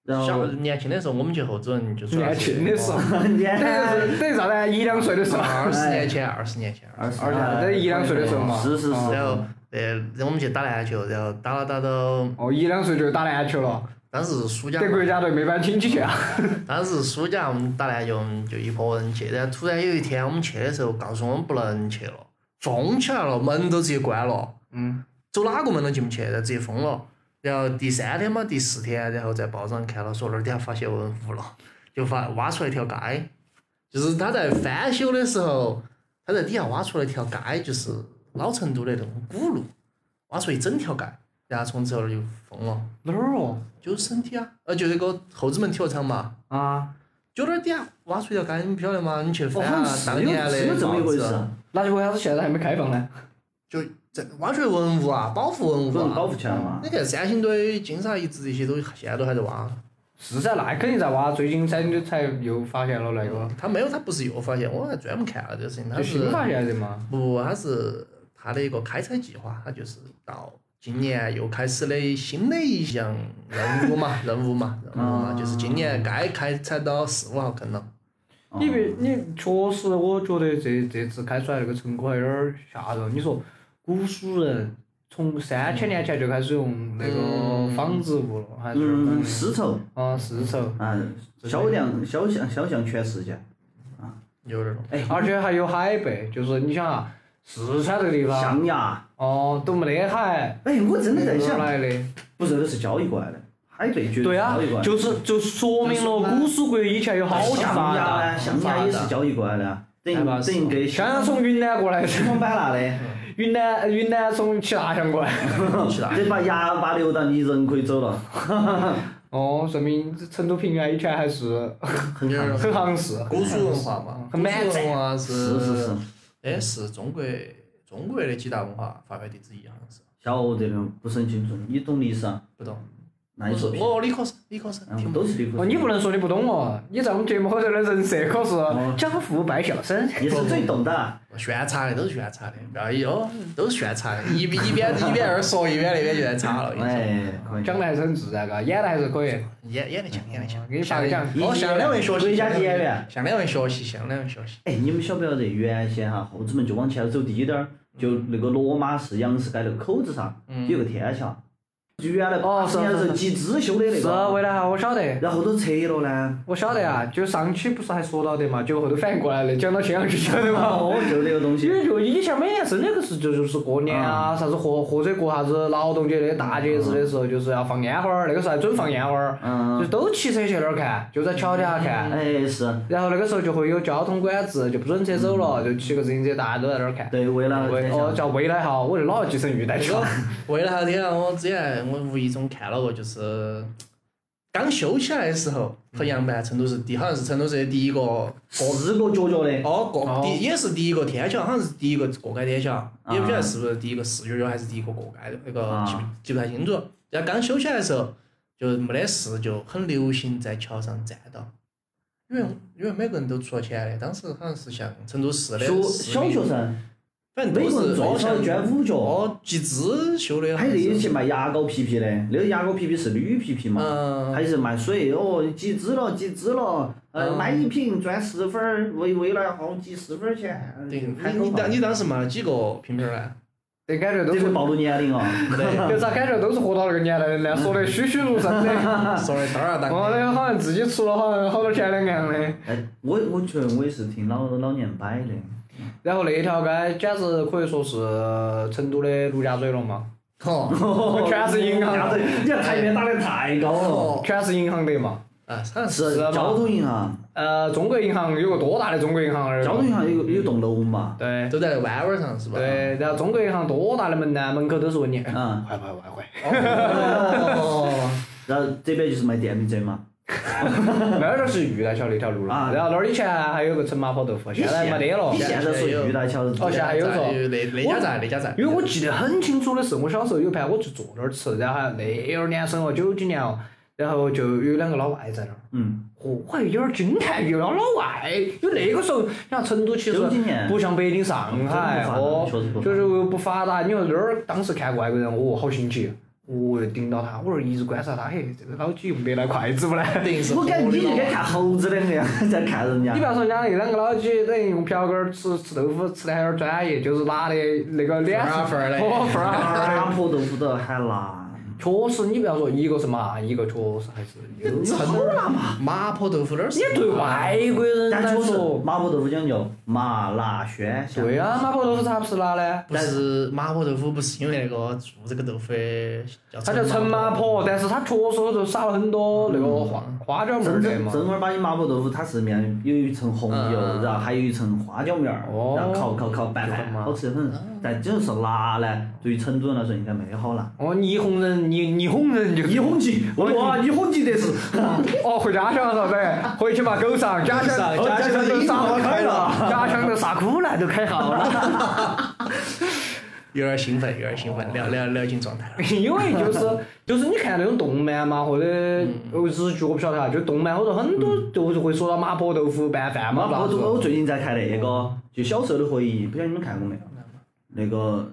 Speaker 2: 然
Speaker 4: 小
Speaker 2: 后
Speaker 4: 年轻的时候，我们去后子门就主要
Speaker 3: 年
Speaker 4: 是啊
Speaker 3: 轻的时候，
Speaker 2: 年
Speaker 3: 等于是等于啥呢？一两岁的时候，
Speaker 4: 二十年前，二十年前，
Speaker 2: 二十
Speaker 3: 二十那一两岁的时候嘛
Speaker 2: 是是
Speaker 3: 嗯
Speaker 4: 然
Speaker 2: 是，
Speaker 4: 后呃，我们去打篮球，然后打了打到，
Speaker 3: 哦，一两岁就打篮球了，
Speaker 4: 当时是暑假
Speaker 3: 得
Speaker 4: 嘛，
Speaker 3: 国家队没搬亲戚去啊。
Speaker 4: 当时是暑假我们打篮球就一拨人去，然后突然有一天我们去的时候，告诉我们不能去了，封起来了，门都直接关了，
Speaker 3: 嗯，
Speaker 4: 走哪个门都进不去，然后直接封了。然后第三天嘛，第四天，然后在报上看了，说那儿底下发现文物了，就发挖出来一条街，就是他在翻修的时候，他在底下挖出了一条街，就是老成都的那种古路，挖出一整条街，然后从此后就封了。
Speaker 3: 哪儿哦？
Speaker 4: 就是身体啊，呃，就那个后子门体育场嘛，
Speaker 3: 啊，
Speaker 4: 就那儿底下挖出一条街，你不晓得吗？你去
Speaker 2: 哦，好
Speaker 4: 翻
Speaker 2: 像
Speaker 4: 啊，当
Speaker 2: 是有
Speaker 4: 年的
Speaker 2: 是有这么一
Speaker 4: 房
Speaker 2: 回
Speaker 4: 子
Speaker 2: 事
Speaker 4: 啊。
Speaker 2: 啊，
Speaker 3: 那就为啥子现在还没开放呢？
Speaker 4: 就这挖掘文物啊，保护文
Speaker 2: 可
Speaker 4: 物
Speaker 2: 能保
Speaker 4: 啊。
Speaker 2: 护起来了嘛
Speaker 4: 你。看三星堆、金沙遗址这些都现在都还在挖，
Speaker 3: 是噻，那肯定在挖，最近才才又发现了那
Speaker 2: 嗯
Speaker 3: 个，
Speaker 4: 他没有，他不是又发现，我还专门看了这个事情，他
Speaker 3: 就是新发现的嘛。
Speaker 4: 不，他是他的一个开采计划，他就是到今年又开始的新的一项任务嘛， 任务嘛，任务
Speaker 2: 啊
Speaker 4: 嘛，就是今年该开采到四五号坑了。
Speaker 2: 哦嗯
Speaker 3: 你别，你确实，我觉得这这次开出来那个成果还有点儿吓人。你说，古蜀人从三千年前就开始用那个纺织物了，还是哪儿
Speaker 2: 嗯，
Speaker 3: 的
Speaker 2: 丝绸，
Speaker 3: 啊丝绸，
Speaker 2: 嗯，销量销向销向全世界。
Speaker 4: 有 点儿
Speaker 2: 哎，
Speaker 3: 而且还有海贝，就是你想啊，四川这个地方，
Speaker 2: 象牙，
Speaker 3: 哦，都没得海，
Speaker 2: 哎，我真的在
Speaker 3: 哪儿
Speaker 2: 想，
Speaker 3: 来的？
Speaker 2: 不是，那是交易过来的，海贝绝
Speaker 3: 对啊
Speaker 2: 交易过，来的。
Speaker 3: 就是就说明了古蜀国以前有好
Speaker 2: 象
Speaker 3: 发
Speaker 2: 牙
Speaker 3: 达，
Speaker 2: 呢，象牙也是交易过来的啊，等于
Speaker 4: 哎吧
Speaker 2: 等于给西
Speaker 3: 香港从云南过来的，
Speaker 2: 双版纳的。
Speaker 3: 云南云南从其他乡 过来。
Speaker 4: 其他
Speaker 2: 这把牙巴留到你人可以走了，
Speaker 3: 哦，说明成都平原以前还是
Speaker 2: 很
Speaker 4: 有点
Speaker 2: 好。
Speaker 4: 儿
Speaker 3: 很行 市。
Speaker 4: 古蜀文化嘛，
Speaker 3: 很满
Speaker 4: 古蜀文化
Speaker 2: 是是是
Speaker 4: 是，，哎，是中国中国的几大文化发源地之一，好像是。
Speaker 2: 小欧这种不是很清楚，你懂历史啊？
Speaker 4: 不懂，
Speaker 2: 那你
Speaker 4: 我
Speaker 2: 说
Speaker 4: 是，我理科生，理科生，
Speaker 2: 嗯，
Speaker 4: 听不
Speaker 2: 都
Speaker 4: 懂。
Speaker 2: 是理科
Speaker 3: 哦，
Speaker 2: 生，
Speaker 3: 你不能说你不懂哦，你在我们节目后头的人设可
Speaker 2: 哦
Speaker 3: 是江湖百 晓生。
Speaker 2: 你是最懂的，
Speaker 4: 炫哦查的都是炫查的，
Speaker 2: 嗯
Speaker 4: 不要以哦，都是炫查的，一边一边一边二说，一边那边就在查
Speaker 3: 哦
Speaker 4: 了。我跟你说
Speaker 2: 哎，可以
Speaker 3: 讲得还是很自然嘎，啊演得还是可以。
Speaker 4: 演演得强，演得
Speaker 2: 嗯
Speaker 4: 强。
Speaker 3: 给你发个奖
Speaker 4: 哦，向两位学习，
Speaker 2: 回家接呗
Speaker 4: 向两位学习，向两位学习。
Speaker 2: 哎，你们晓不晓得原先哈后子门就往前走低点儿，就那个罗马市杨市街那个口子上有个天桥，就原来
Speaker 3: 嗯哦
Speaker 2: 八十
Speaker 3: 是
Speaker 2: 年时候集资修的那
Speaker 3: 是啊为
Speaker 2: 个，
Speaker 3: 了哈，我晓得，
Speaker 2: 然后都拆了 呢。
Speaker 3: 我晓得啊，就上期不是还说到的嘛，就后头反应过来了，讲到青阳就晓得嘛。
Speaker 2: 哦，就那个东
Speaker 3: 因
Speaker 2: 西，
Speaker 3: 为就以前每年真的就是就就是过年啊，啥子或或者过啥子劳动节的大节日的时候，就是要放烟花儿，那个时候还准放烟花儿，就
Speaker 2: 嗯，
Speaker 3: 都骑车去那儿看，就在桥底下看。
Speaker 2: 哎是，
Speaker 3: 然后那个时候就会有交通管制，就不准车走了，就骑个自行车，大家都在那儿看。
Speaker 2: 嗯对，为了
Speaker 3: 为哦，叫喂奶哈，我就老要继承玉带
Speaker 4: 那
Speaker 3: 去
Speaker 4: 个为了啥子啊？我之前我无意中看了个，就是刚修起来的时候，和杨梅成都是第，好像是成都市的第一个过
Speaker 2: 四个角角的，
Speaker 4: 哦过
Speaker 3: 哦
Speaker 4: 第也是第一个天桥，好像是第一个过街天桥，也不晓
Speaker 2: 啊
Speaker 4: 得是不是第一个四角角还是第一个过街的，那
Speaker 2: 啊
Speaker 4: 个记不记不太清楚。然后刚修起来的时候，就没得事，就很流行在桥上站到。因为因为每个人都出了钱的，当时好像是像成都市的
Speaker 2: 学
Speaker 4: 市
Speaker 2: 小
Speaker 4: 民
Speaker 2: 学生。
Speaker 4: 反正
Speaker 2: 每
Speaker 4: 都
Speaker 2: 个人
Speaker 4: 是
Speaker 2: 最
Speaker 4: 哦，
Speaker 2: 少
Speaker 4: 像
Speaker 2: 捐五角，
Speaker 4: 哦集资修的，
Speaker 2: 还有那些去卖牙膏皮皮的，那个牙膏皮皮是铝皮皮嘛，
Speaker 4: 嗯
Speaker 2: 还有是卖水，哦，集资了，集资了，呃，
Speaker 4: 嗯
Speaker 2: 买一瓶赚十分儿，为为了好几十分儿钱，
Speaker 4: 对，
Speaker 2: 还
Speaker 4: 你
Speaker 2: 很
Speaker 4: 你
Speaker 2: 好
Speaker 4: 当你当时买了几个瓶瓶儿 啊呢？
Speaker 3: 这感觉都
Speaker 2: 这个
Speaker 3: 是，
Speaker 2: 暴露年龄啊，
Speaker 3: 就咋感觉都是活到那个年代的呢，说的栩栩如生的。
Speaker 4: 说的当儿当
Speaker 3: 哦，那
Speaker 4: 的，
Speaker 3: 个好像自己出了好像好多钱两样的。
Speaker 2: 哎，我我觉得我也是听老老年摆的，
Speaker 3: 然后那条街简直可以说是成都的陆家嘴了嘛，
Speaker 4: 哦，
Speaker 3: 全是银
Speaker 2: 呀
Speaker 3: 行，啊哦
Speaker 2: 这啊你看台面打得太高了，
Speaker 3: 全是银行的嘛。
Speaker 4: 啊，好像
Speaker 2: 是
Speaker 4: 是
Speaker 3: 吧
Speaker 2: 交通银行，
Speaker 3: 呃，中国银行有个多大的中国银行那儿啊
Speaker 2: 交通银行有有栋楼嘛，
Speaker 3: 对
Speaker 4: 都在那弯弯儿上是吧？
Speaker 3: 对，然后中国银行多大的门呢？门口都是问你，
Speaker 2: 嗯，
Speaker 3: 外快外快。
Speaker 4: 哦，
Speaker 2: 然后这边就是卖电瓶车嘛，
Speaker 3: 那儿哎就是玉带桥那条路了，
Speaker 2: 啊
Speaker 3: 然后那儿以前还有个陈麻婆豆腐，
Speaker 2: 你
Speaker 3: 现在没得了
Speaker 2: 你。现在说玉来桥，
Speaker 3: 哦现在还有嗦
Speaker 4: 那那家在那家在，
Speaker 3: 因为我记得很清楚的是，我小时候有盘我就坐那儿吃，然后还那二年生哦，九几年哦，然后就有两个老外在那儿，
Speaker 2: 嗯，
Speaker 3: 哦，我还有点儿惊叹于老老外，因为那个时候，你看成都其实
Speaker 2: 九几年
Speaker 3: 不像北京、上海
Speaker 2: 真不发达
Speaker 3: 哦
Speaker 2: 确实不，发达
Speaker 3: 就是又不发达。你说那儿当时看外国人，哦，好新奇，我又盯到他，我说一直观察他，嘿，这个老几用得来筷子不来？
Speaker 4: 等于是
Speaker 2: 我感觉
Speaker 4: 活的
Speaker 2: 你就
Speaker 4: 了
Speaker 2: 跟看猴子两样，在看人家
Speaker 3: 你不。要说人家那两个老几，等于用瓢羹儿吃吃豆腐，吃的还有点专业，就是拿的那个脸
Speaker 4: 份儿啊份儿的
Speaker 3: 哦份儿啊份儿
Speaker 2: 麻
Speaker 3: 的。
Speaker 2: 婆豆腐都还辣，
Speaker 3: 确实，你不要说一个是麻，一个确实还是有。
Speaker 2: 有好辣嘛。
Speaker 4: 麻婆豆腐那儿是
Speaker 3: 你对外国人
Speaker 2: 但
Speaker 3: 来
Speaker 2: 确实
Speaker 3: 说，
Speaker 2: 麻婆豆腐讲究麻辣鲜香。
Speaker 3: 对啊，麻婆豆腐咋不是辣呢？
Speaker 4: 不是麻婆豆腐，不是因为那个做这个豆腐的叫
Speaker 3: 它叫陈麻婆，但是它确实就撒了很多那个花花椒面
Speaker 2: 真
Speaker 3: 儿的
Speaker 2: 正
Speaker 3: 嘛。
Speaker 2: 正儿八经麻婆豆腐，它是面有一层红油，
Speaker 4: 嗯
Speaker 2: 然后还有一层花椒面儿，
Speaker 3: 哦
Speaker 2: 然后烤烤烤拌
Speaker 3: 就很
Speaker 2: 饭，
Speaker 3: 麻
Speaker 2: 好吃得很。但就是辣呢，对于成都人来说应该没好辣。
Speaker 3: 哦，你哄人，你你哄人就
Speaker 2: 一红旗，哇，一红旗得是，
Speaker 3: 哦，回家乡了噻，回去把狗上，家乡
Speaker 4: 上
Speaker 3: 哦
Speaker 4: 家乡的
Speaker 3: 都
Speaker 4: 樱
Speaker 3: 杀
Speaker 4: 花开
Speaker 3: 了，
Speaker 4: 了
Speaker 3: 家乡的啥苦难都开好了。
Speaker 4: 有点兴奋，有点兴奋，聊聊聊进状态了。
Speaker 3: 因为 就是就是你看那种动漫嘛，或者呃日剧，我不晓得啊，就动漫或者很多就是会说到麻婆嗯豆腐拌饭嘛，
Speaker 2: 麻婆豆腐。我
Speaker 3: 腐。
Speaker 2: 最近在看那个，就小时候的回忆，不晓得你们看过没有？那个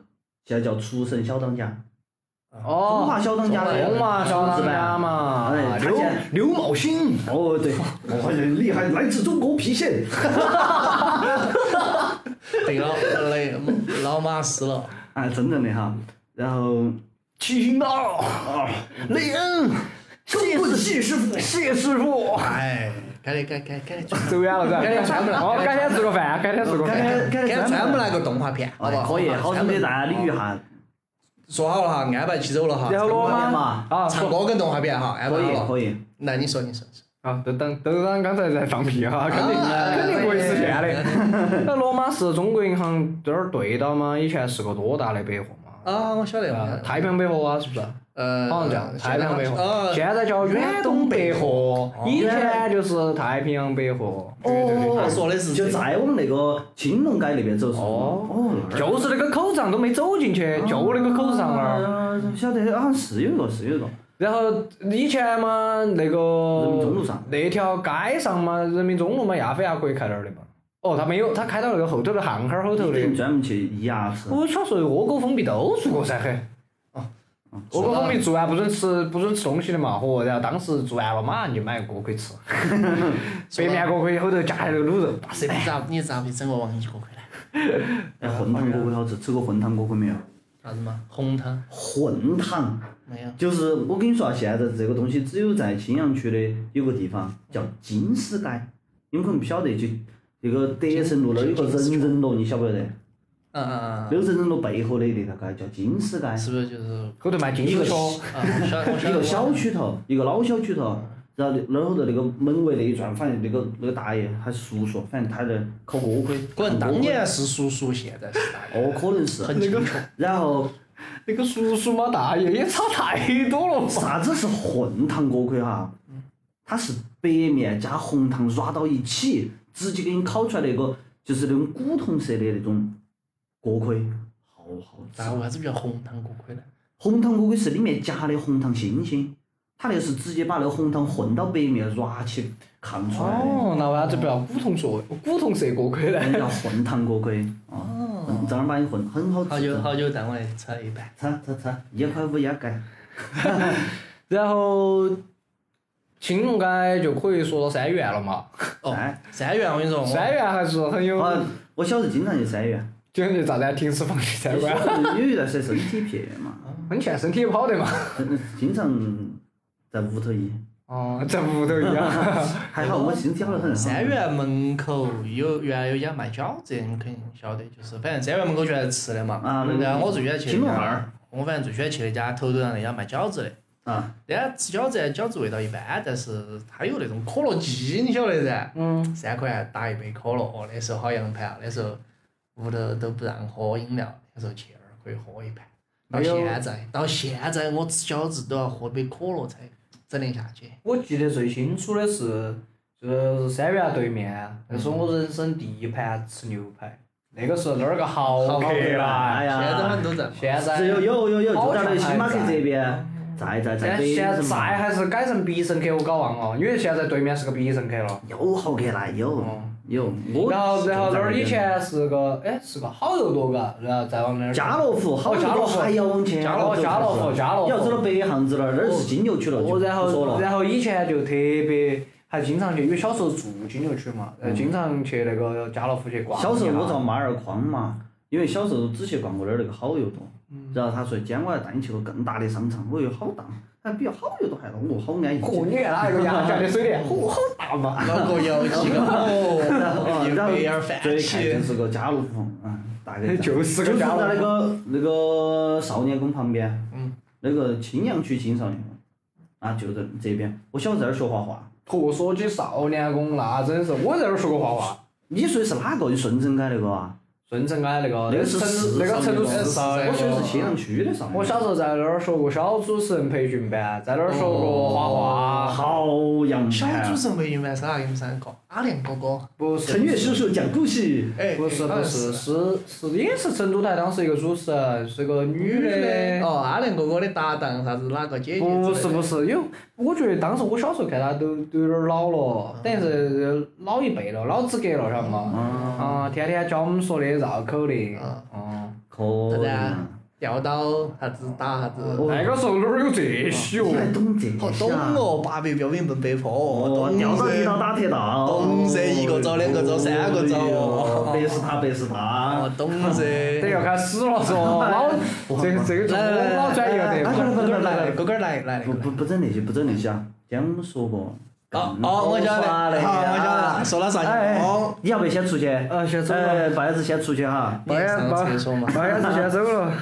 Speaker 2: 现在叫《厨神小当家》，中
Speaker 3: 哦，
Speaker 2: 华小当家的
Speaker 3: 中华小当家嘛
Speaker 2: 哎，他
Speaker 3: 刘
Speaker 2: 现
Speaker 3: 刘茂兴，
Speaker 2: 哦，对，我很厉害，来自中国郫县。
Speaker 4: 对了，那个老马斯了，
Speaker 2: 啊，真正的哈。然后，
Speaker 3: 七星刀，雷恩，谢师谢师傅，谢师傅。
Speaker 4: 哎，该该该该该
Speaker 3: 走远了噻，
Speaker 4: 改天穿不了
Speaker 3: 哦，改天吃个饭，改天吃个
Speaker 2: 改天
Speaker 3: 饭。
Speaker 2: 该
Speaker 4: 该
Speaker 2: 该
Speaker 4: 专门来个动画片，好不
Speaker 2: 哎，
Speaker 4: 好？
Speaker 2: 可以，好
Speaker 4: 专
Speaker 2: 生给
Speaker 4: 门
Speaker 2: 大家捋一下，
Speaker 4: 说好了哈，安排起走了哈。
Speaker 3: 然后
Speaker 2: 唱
Speaker 3: 我
Speaker 2: 歌
Speaker 3: 嘛
Speaker 2: 嘛，
Speaker 3: 啊，
Speaker 4: 唱
Speaker 3: 说
Speaker 4: 歌跟动画片哈，安排
Speaker 2: 可
Speaker 4: 好
Speaker 2: 以，
Speaker 4: 了。
Speaker 2: 可以。
Speaker 4: 那你说，你说，
Speaker 3: 啊，都当都当刚才在放屁哈，肯定
Speaker 4: 啊
Speaker 3: 肯定不会实现
Speaker 4: 哎
Speaker 3: 的。那罗马是中国银行这儿对到吗？以前是个多大的百货嘛？
Speaker 4: 啊，我晓得
Speaker 3: 啊
Speaker 4: 了，。
Speaker 3: 太平百货啊，是不是？
Speaker 4: 呃，
Speaker 3: 好像叫太平洋百
Speaker 4: 啊
Speaker 3: 货，，现在叫远东百货，以前就是太平洋百货。对对对
Speaker 4: 他说的是
Speaker 2: 就再往那个青龙街那边走是吗？
Speaker 3: 哦
Speaker 2: 哦，那儿
Speaker 3: 就是那个口罩都没走进去，
Speaker 2: 哦
Speaker 3: 就那个口罩那儿。
Speaker 2: 啊不晓得，好像是有一个，是有一个。
Speaker 3: 然后以前嘛，那
Speaker 2: 人民中
Speaker 3: 个
Speaker 2: 路上
Speaker 3: 那条街上嘛，人民中路嘛，亚非亚可以开那儿的嘛。哦，他没有，他开到那个后头的巷巷儿后头的
Speaker 2: 一。定专门去医牙齿。
Speaker 3: 我小时候窝沟封闭都住过噻，嘿。哦窝沟封闭住啊完不准吃不准吃东西的嘛，嚯！然后当时住完了，马上就买个锅可以吃，白面锅可以后头加那个卤肉，哇塞！
Speaker 4: 你咋你咋不整个王一锅回来？
Speaker 2: 哎，混汤锅盔好吃，吃过混汤锅盔没有？
Speaker 4: 啥子嘛？红汤
Speaker 2: 混汤
Speaker 4: 没有？
Speaker 2: 就是我跟你说啊，现在这个东西只有在青羊区的有个地方叫金丝街，你们可能不晓得，就那个德胜路那儿有个人人路，你晓不晓得？
Speaker 4: 嗯嗯
Speaker 2: 那个人人路背后的那条街叫金丝街
Speaker 4: 嗯，，是不是就是？
Speaker 3: 后头卖金丝球，
Speaker 4: 啊，我晓我
Speaker 2: 一
Speaker 4: 晓
Speaker 2: 个
Speaker 4: 得。
Speaker 2: 小区头，一个老小区头，然后那儿后头那个门卫那一转，反正那个那个大爷还是叔叔，反正他在烤锅盔，
Speaker 4: 滚！
Speaker 2: 当
Speaker 4: 当年是叔叔，现在是大爷。
Speaker 2: 哦，可能是
Speaker 4: 很清楚。
Speaker 2: 然后
Speaker 3: 那个叔叔嘛大爷也差太多了嘛。
Speaker 2: 啥子是混汤锅盔哈？它是白面加红糖抓到一起，直接给你烤出来那个就是那种古铜色的那种锅盔，好好吃
Speaker 4: 但。为啥子不叫红糖锅盔呢？
Speaker 2: 红糖锅盔是里面夹的红糖星星，它那个是直接把那个红糖混到白面抓起炕出来的。
Speaker 3: 哦，那为啥子不要古铜色古铜色锅盔呢？
Speaker 2: 人叫混糖锅盔啊，嗯正儿八经混，很好吃。
Speaker 4: 好久好久单位吃了一半。
Speaker 2: 吃吃吃，一块五一盖。
Speaker 3: 然后青龙街就可以说到三元了嘛，
Speaker 4: 哦
Speaker 2: 哎，
Speaker 4: 三元我跟你说，我
Speaker 3: 三元还是很有，
Speaker 2: 好，我小时候经常去三元，
Speaker 3: 就那咋子啊停尸房去
Speaker 2: 小
Speaker 3: 参
Speaker 2: 时
Speaker 3: 观，
Speaker 2: 候有一段时间身体撇嘛，
Speaker 3: 啊很欠身体也不好得嘛。
Speaker 2: 经常在屋头医。
Speaker 3: 哦，在屋头一样。
Speaker 2: 还好我身体好得很。
Speaker 4: 三元门口有原来有家卖饺子的，你肯定晓得，就是反正三元门口全是吃的嘛。
Speaker 2: 啊那个
Speaker 4: 然后我最喜欢去
Speaker 2: 青
Speaker 4: 那
Speaker 2: 龙
Speaker 4: 家
Speaker 2: 巷儿
Speaker 4: 我反正最喜欢去那家头头上那家卖饺子的。
Speaker 2: 啊，
Speaker 4: 人家吃饺子，饺子味道一般，但是它有那种可乐鸡，你晓得噻？
Speaker 3: 嗯。
Speaker 4: 三块钱打一杯可乐，哦，那时候好洋盘啊，那时候屋头都不让喝饮料，那时候去那儿可以喝一盘。到现在，到现在我吃饺子都要喝杯可乐才整得下去。
Speaker 3: 我记得最清楚的是，就是三元对面，那是
Speaker 2: 嗯
Speaker 3: 我人生第一盘吃牛排，那个时候那儿个豪客
Speaker 2: 哎
Speaker 3: 来，
Speaker 4: 现在
Speaker 2: 呀
Speaker 4: 们，都在嘛。
Speaker 3: 现在
Speaker 2: 是有有有有，
Speaker 3: 好
Speaker 2: 就在
Speaker 3: 像
Speaker 2: 那个星巴克
Speaker 3: 还在
Speaker 2: 这边，在在在
Speaker 3: 但
Speaker 2: 北
Speaker 3: 现
Speaker 2: 什
Speaker 3: 在
Speaker 2: 么？
Speaker 3: 还是改成必胜客，我搞忘了，因为现在对面是个必胜客了。
Speaker 2: 有好客来有
Speaker 3: 哦
Speaker 2: 有，我
Speaker 3: 然后，然后那儿以
Speaker 2: 是
Speaker 3: 前是个，哎，是个好肉多嘎，然后再往那儿。
Speaker 2: 家乐福，好
Speaker 3: 哦家乐福
Speaker 2: 还要往前
Speaker 3: 家
Speaker 2: 走
Speaker 3: 乐
Speaker 2: 才是。
Speaker 3: 家乐福家乐
Speaker 2: 你
Speaker 3: 福
Speaker 2: 要走到北巷子那儿，那儿是金牛区了，
Speaker 3: 我
Speaker 2: 就
Speaker 3: 然
Speaker 2: 不说
Speaker 3: 后
Speaker 2: 了。
Speaker 3: 然后以前就特别还经常去，因为
Speaker 2: 嗯
Speaker 3: 小时候住金牛区嘛，呃，经常去那个家乐福去逛一下。
Speaker 2: 小时候我遭马二框嘛，因为小时候只去逛过那儿那个好油多，
Speaker 3: 嗯
Speaker 2: 然后他说今天我要带你去个更大的商场，我又好大，他比好油多还大，我好安逸。
Speaker 3: 嚯，你看哪一个 牙下的水电，嚯，好大嘛！
Speaker 4: 脑壳摇起个，哦，
Speaker 2: 然
Speaker 4: 又
Speaker 2: 后
Speaker 4: 有点泛
Speaker 2: 最看
Speaker 4: 起
Speaker 2: 就。是个家乐福，
Speaker 3: 哎
Speaker 2: 嗯，大概
Speaker 3: 就是
Speaker 2: 就
Speaker 3: 个
Speaker 2: 是在
Speaker 3: 家
Speaker 2: 那
Speaker 3: 伙。
Speaker 2: 个那个少年宫旁边，
Speaker 4: 嗯，
Speaker 2: 那个青羊区青少年宫，啊，就在这边。我小时候在那儿学画画，
Speaker 3: 嚯，说起少年宫，那真是我在那儿说过画画。
Speaker 2: 你说的是哪个？你顺城街那个啊？
Speaker 3: 顺城街那个，
Speaker 2: 那个是
Speaker 3: 成
Speaker 2: 市
Speaker 3: 那个成都
Speaker 2: 上面
Speaker 3: 市
Speaker 4: 的
Speaker 3: 少
Speaker 4: 那
Speaker 2: 我
Speaker 4: 个
Speaker 2: 学的是青羊区的少年
Speaker 3: 我小时候在那儿学过小主持人培训班，在那儿学过画
Speaker 2: 啊
Speaker 3: 画，
Speaker 2: 好洋
Speaker 4: 小
Speaker 2: 派
Speaker 4: 主
Speaker 2: 啊！
Speaker 4: 持人培训班是哪个？你们三个？阿亮哥哥。
Speaker 3: 不是
Speaker 2: 陈悦叔叔讲故事，
Speaker 4: 哎，
Speaker 3: 不是
Speaker 4: 好
Speaker 3: 不
Speaker 4: 像
Speaker 3: 是是是也是成都台当时一个主持人，是个女的。
Speaker 4: 哦，阿亮哥哥的搭档啥子哪个姐姐？
Speaker 3: 不是不。是，因为我觉得当时我小时候看她都都有点儿老了，等于是老一辈了，老资格了，晓得吗？
Speaker 2: 啊，
Speaker 3: 啊，天天教我们说的绕口令。
Speaker 4: 啊
Speaker 3: 哦。
Speaker 2: 可以
Speaker 4: 啥子
Speaker 2: 啊
Speaker 4: 啊！钓到啥子打啥子。
Speaker 3: 那个时候哪儿有这些
Speaker 2: 你还
Speaker 3: 哦？
Speaker 2: 懂这些
Speaker 4: 好懂
Speaker 2: 啊？
Speaker 4: 哦，八百标兵奔北坡，
Speaker 2: 哦，
Speaker 4: 懂
Speaker 2: 钓到一道
Speaker 4: 噻。
Speaker 2: 打铁道，
Speaker 4: 懂噻一个招两个招三个招
Speaker 2: 哦哎呦白是他，白是他
Speaker 4: 哦，。懂噻。
Speaker 3: 等要开始了是吧？老这个这个就
Speaker 4: 来来
Speaker 3: 我老转移了
Speaker 4: 来，
Speaker 3: 这
Speaker 4: 哥哥来，哥哥来来。
Speaker 2: 不不不整那些，不整那些啊！今天我们说过，
Speaker 4: 哦
Speaker 2: 更
Speaker 4: 哦，我晓得，
Speaker 2: 耍那些
Speaker 4: 好，我晓得
Speaker 2: 啊
Speaker 4: 了，说了啥？
Speaker 2: 哎，
Speaker 4: 哦，
Speaker 2: 你要不要先出去？
Speaker 3: 呃，先走
Speaker 2: 哎，
Speaker 3: 了，
Speaker 2: 半子先出去哈。
Speaker 4: 你也上
Speaker 3: 把
Speaker 4: 厕所嘛。
Speaker 3: 那下子先走了。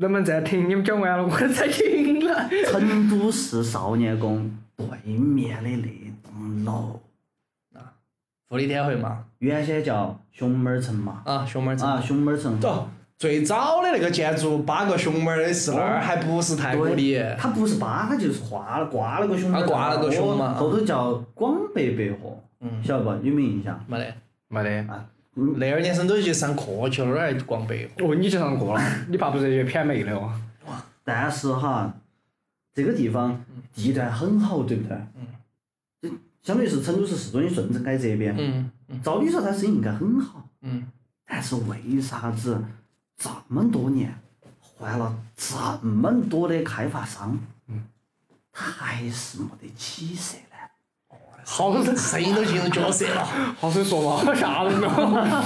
Speaker 3: 能不能暂停？你们讲完了，我暂停了。
Speaker 2: 成都市少年宫对面的那栋楼，
Speaker 4: 富力天汇嘛，
Speaker 2: 原先叫熊猫儿城嘛，
Speaker 4: 啊，熊猫儿
Speaker 2: 啊，
Speaker 4: 城。
Speaker 2: 熊猫儿城。
Speaker 4: 走，最早的那个建筑八个熊猫儿的是那儿，还不是太古里。
Speaker 2: 它不是疤，它就是画了挂了个熊猫儿
Speaker 4: 啊
Speaker 2: 在那儿，
Speaker 4: 挂了个熊嘛
Speaker 2: 后头叫广北百货，
Speaker 4: 嗯
Speaker 2: 晓得不？有没有印象？
Speaker 4: 没得，
Speaker 3: 没得。
Speaker 2: 嗯，
Speaker 4: 那二年生都去上课去了，哪儿还逛百货？
Speaker 3: 哦，你去上课了，你爸不是去谝妹的哦？
Speaker 2: 但是哈，这个地方地段很好，对不对？嗯。相当于是成都市市中心顺城街这边，
Speaker 4: 嗯
Speaker 2: 照理说它生意应该很好，
Speaker 4: 嗯，
Speaker 2: 但是为啥子这么多年换了这么多的开发商，
Speaker 4: 嗯
Speaker 2: 他还是没得起色呢？
Speaker 4: 好声音都进入角色了。
Speaker 3: 好生说嘛，吓人了。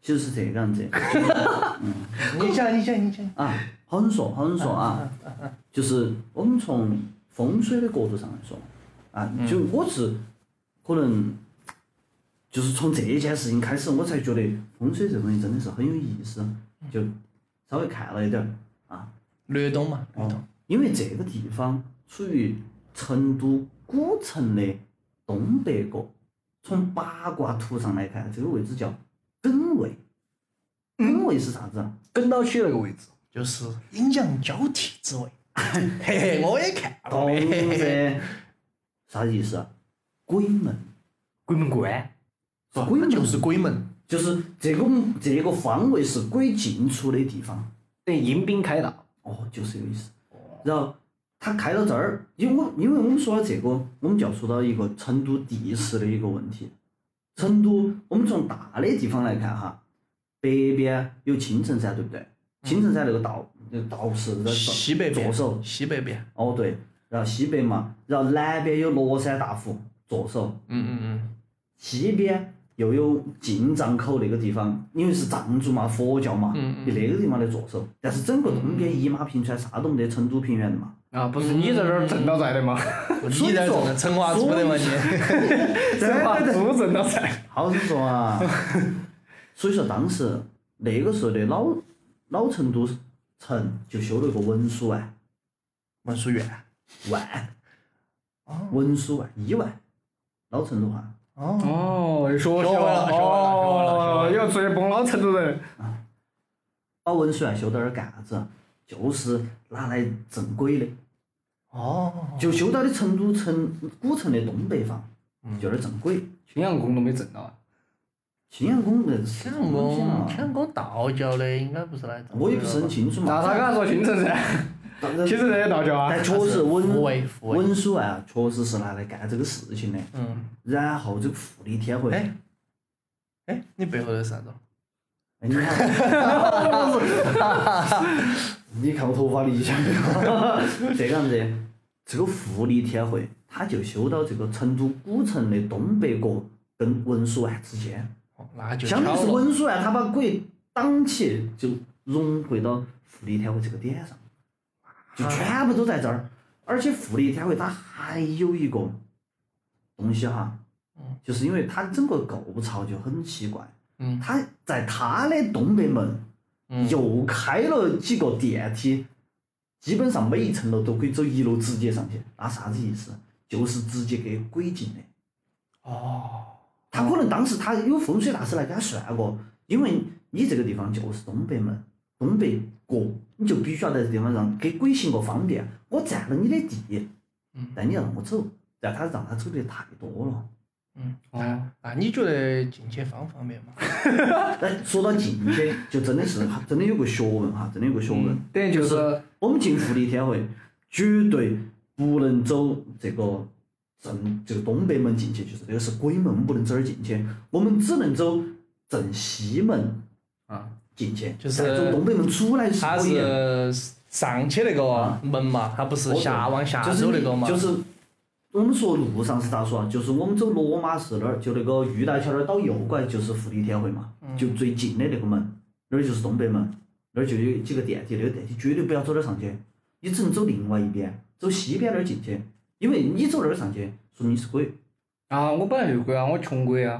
Speaker 2: 其实是这个样子
Speaker 4: 你讲，你讲，你讲。
Speaker 2: 啊，好生说，好生说啊，就是我们从风水的角度上来说，啊，就我是可能就是从这一件事情开始，我才觉得风水这东西真的是很有意思，就稍微看了一点儿啊，
Speaker 4: 略懂嘛，略嗯懂。
Speaker 2: 因为这个地方处于成都古城的东北角，从八卦图上来看，这个位置叫艮位。艮位是啥子啊？
Speaker 3: 跟到起那个位置，
Speaker 4: 就是阴阳交替之位。 嘿 嘿，我也看了。
Speaker 2: 懂噻？哦啥意思啊？鬼门，
Speaker 3: 鬼门关。
Speaker 2: 鬼门
Speaker 4: 哦就是鬼门。
Speaker 2: 就是这个这个方位是鬼进出的地方。
Speaker 3: 等于迎宾开道。
Speaker 2: 哦，就是有意思。然后他开到这儿，因为我因为我们说到这个，我们就要说到一个成都地势的一个问题。成都，我们从大的地方来看哈，北边有青城山，对不对？青城山那个道，那个道是在
Speaker 4: 嗯西北
Speaker 2: 左
Speaker 4: 边
Speaker 2: 手，，
Speaker 4: 西北边。
Speaker 2: 哦对，然后西北嘛，然后南边有乐山大佛，左手，
Speaker 4: 嗯嗯嗯。
Speaker 2: 西边又有进藏口那个地方，因为是藏族嘛，佛教嘛，
Speaker 4: 嗯嗯
Speaker 2: 就那个地方的着手。但是整个东边一马平川，啥都没得，成都平原的嘛。
Speaker 3: 啊，不是你在这儿挣到在的吗？
Speaker 4: 你在这成华猪的嘛你？
Speaker 2: 嗯
Speaker 3: 真把 猪挣到在。
Speaker 2: 好生说 啊。所以说当时那个时候的老老成都城就修了个文殊万
Speaker 4: 文殊院。
Speaker 2: 万，文殊万一万，老成都话。
Speaker 4: 哦。
Speaker 3: 哦，又说
Speaker 4: 学会了学会了学会了学会了
Speaker 3: 哦又追崩老成都人。
Speaker 2: 把文殊院修到那儿干啥子啊？就是拿来镇鬼的。
Speaker 4: 哦。
Speaker 2: 就修到的成都城古城的东北方，就那儿正轨。
Speaker 3: 青羊宫都没挣到。啊
Speaker 2: 青羊宫那是什
Speaker 4: 天
Speaker 2: 么东西
Speaker 4: 宫，
Speaker 2: 嘛
Speaker 4: 天宫道教的应该不是来。
Speaker 2: 我也不是很清楚
Speaker 3: 那
Speaker 2: 嘛。
Speaker 3: 他刚才说青城 山，
Speaker 2: 但
Speaker 3: 青城山也道教啊
Speaker 2: 但。确实
Speaker 4: 复
Speaker 2: 文
Speaker 4: 位复位。
Speaker 2: 文殊院啊，确实是拿来干这个事情的。
Speaker 4: 嗯。
Speaker 2: 然后这个富丽天回，
Speaker 4: 哎哎，你背后的是啥子？
Speaker 2: 哎你看， 你看我头发理想没有？ 这个样子，这个富丽天回，它就修到这个成都古城的东北角跟文殊院之间。
Speaker 4: 哦那就巧
Speaker 2: 相当于是
Speaker 4: 了。
Speaker 2: 温水啊，他把鬼挡起就融汇到富力天回这个点上，
Speaker 4: 啊
Speaker 2: 就全部都在这儿。而且富力天回它还有一个东西哈，就是因为它整个构造就很奇怪，
Speaker 4: 嗯
Speaker 2: 它在它的东北门
Speaker 4: 嗯
Speaker 2: 又开了几个电梯，基本上每一层楼都可以走一楼直接上去，那啥子意思？就是直接给鬼进的。
Speaker 3: 哦，
Speaker 2: 他可能当时他有风水大师来给他算过，因为你这个地方就是东北门，东北角，你就必须要在这地方让给鬼行个方便。我占了你的地
Speaker 4: 嗯，
Speaker 2: 但你要让我走，但他让他走的太多了。
Speaker 4: 嗯，那那你觉得进去方不方便嘛？
Speaker 2: 哎，说到进去，就真的是真的有个学问哈，真的有个学问。
Speaker 3: 等于就是
Speaker 2: 我们进富力天汇，绝对不能走这个正这个东北门进去，就是这个是鬼门，不能走这儿进去。我们只能走正西门
Speaker 3: 啊
Speaker 2: 进去，
Speaker 4: 就是
Speaker 2: 再走东北门出来是
Speaker 4: 它
Speaker 2: 可以的。
Speaker 4: 是上去那个门嘛，啊它不是下往下
Speaker 2: 就是
Speaker 4: 走那个嘛？
Speaker 2: 就是我们说路上是咋说啊？就是我们走罗马市那儿，就那个玉带桥那儿到右拐就是富力天汇嘛，
Speaker 4: 嗯
Speaker 2: 就最近的那个门，那儿就是东北门，那儿就有几个电梯，那个电梯绝对不要走那儿上去，你只能走另外一边，走西边那儿进去，因为你走那儿上去，说明你是鬼。
Speaker 3: 啊，我本来就鬼啊，我穷鬼啊，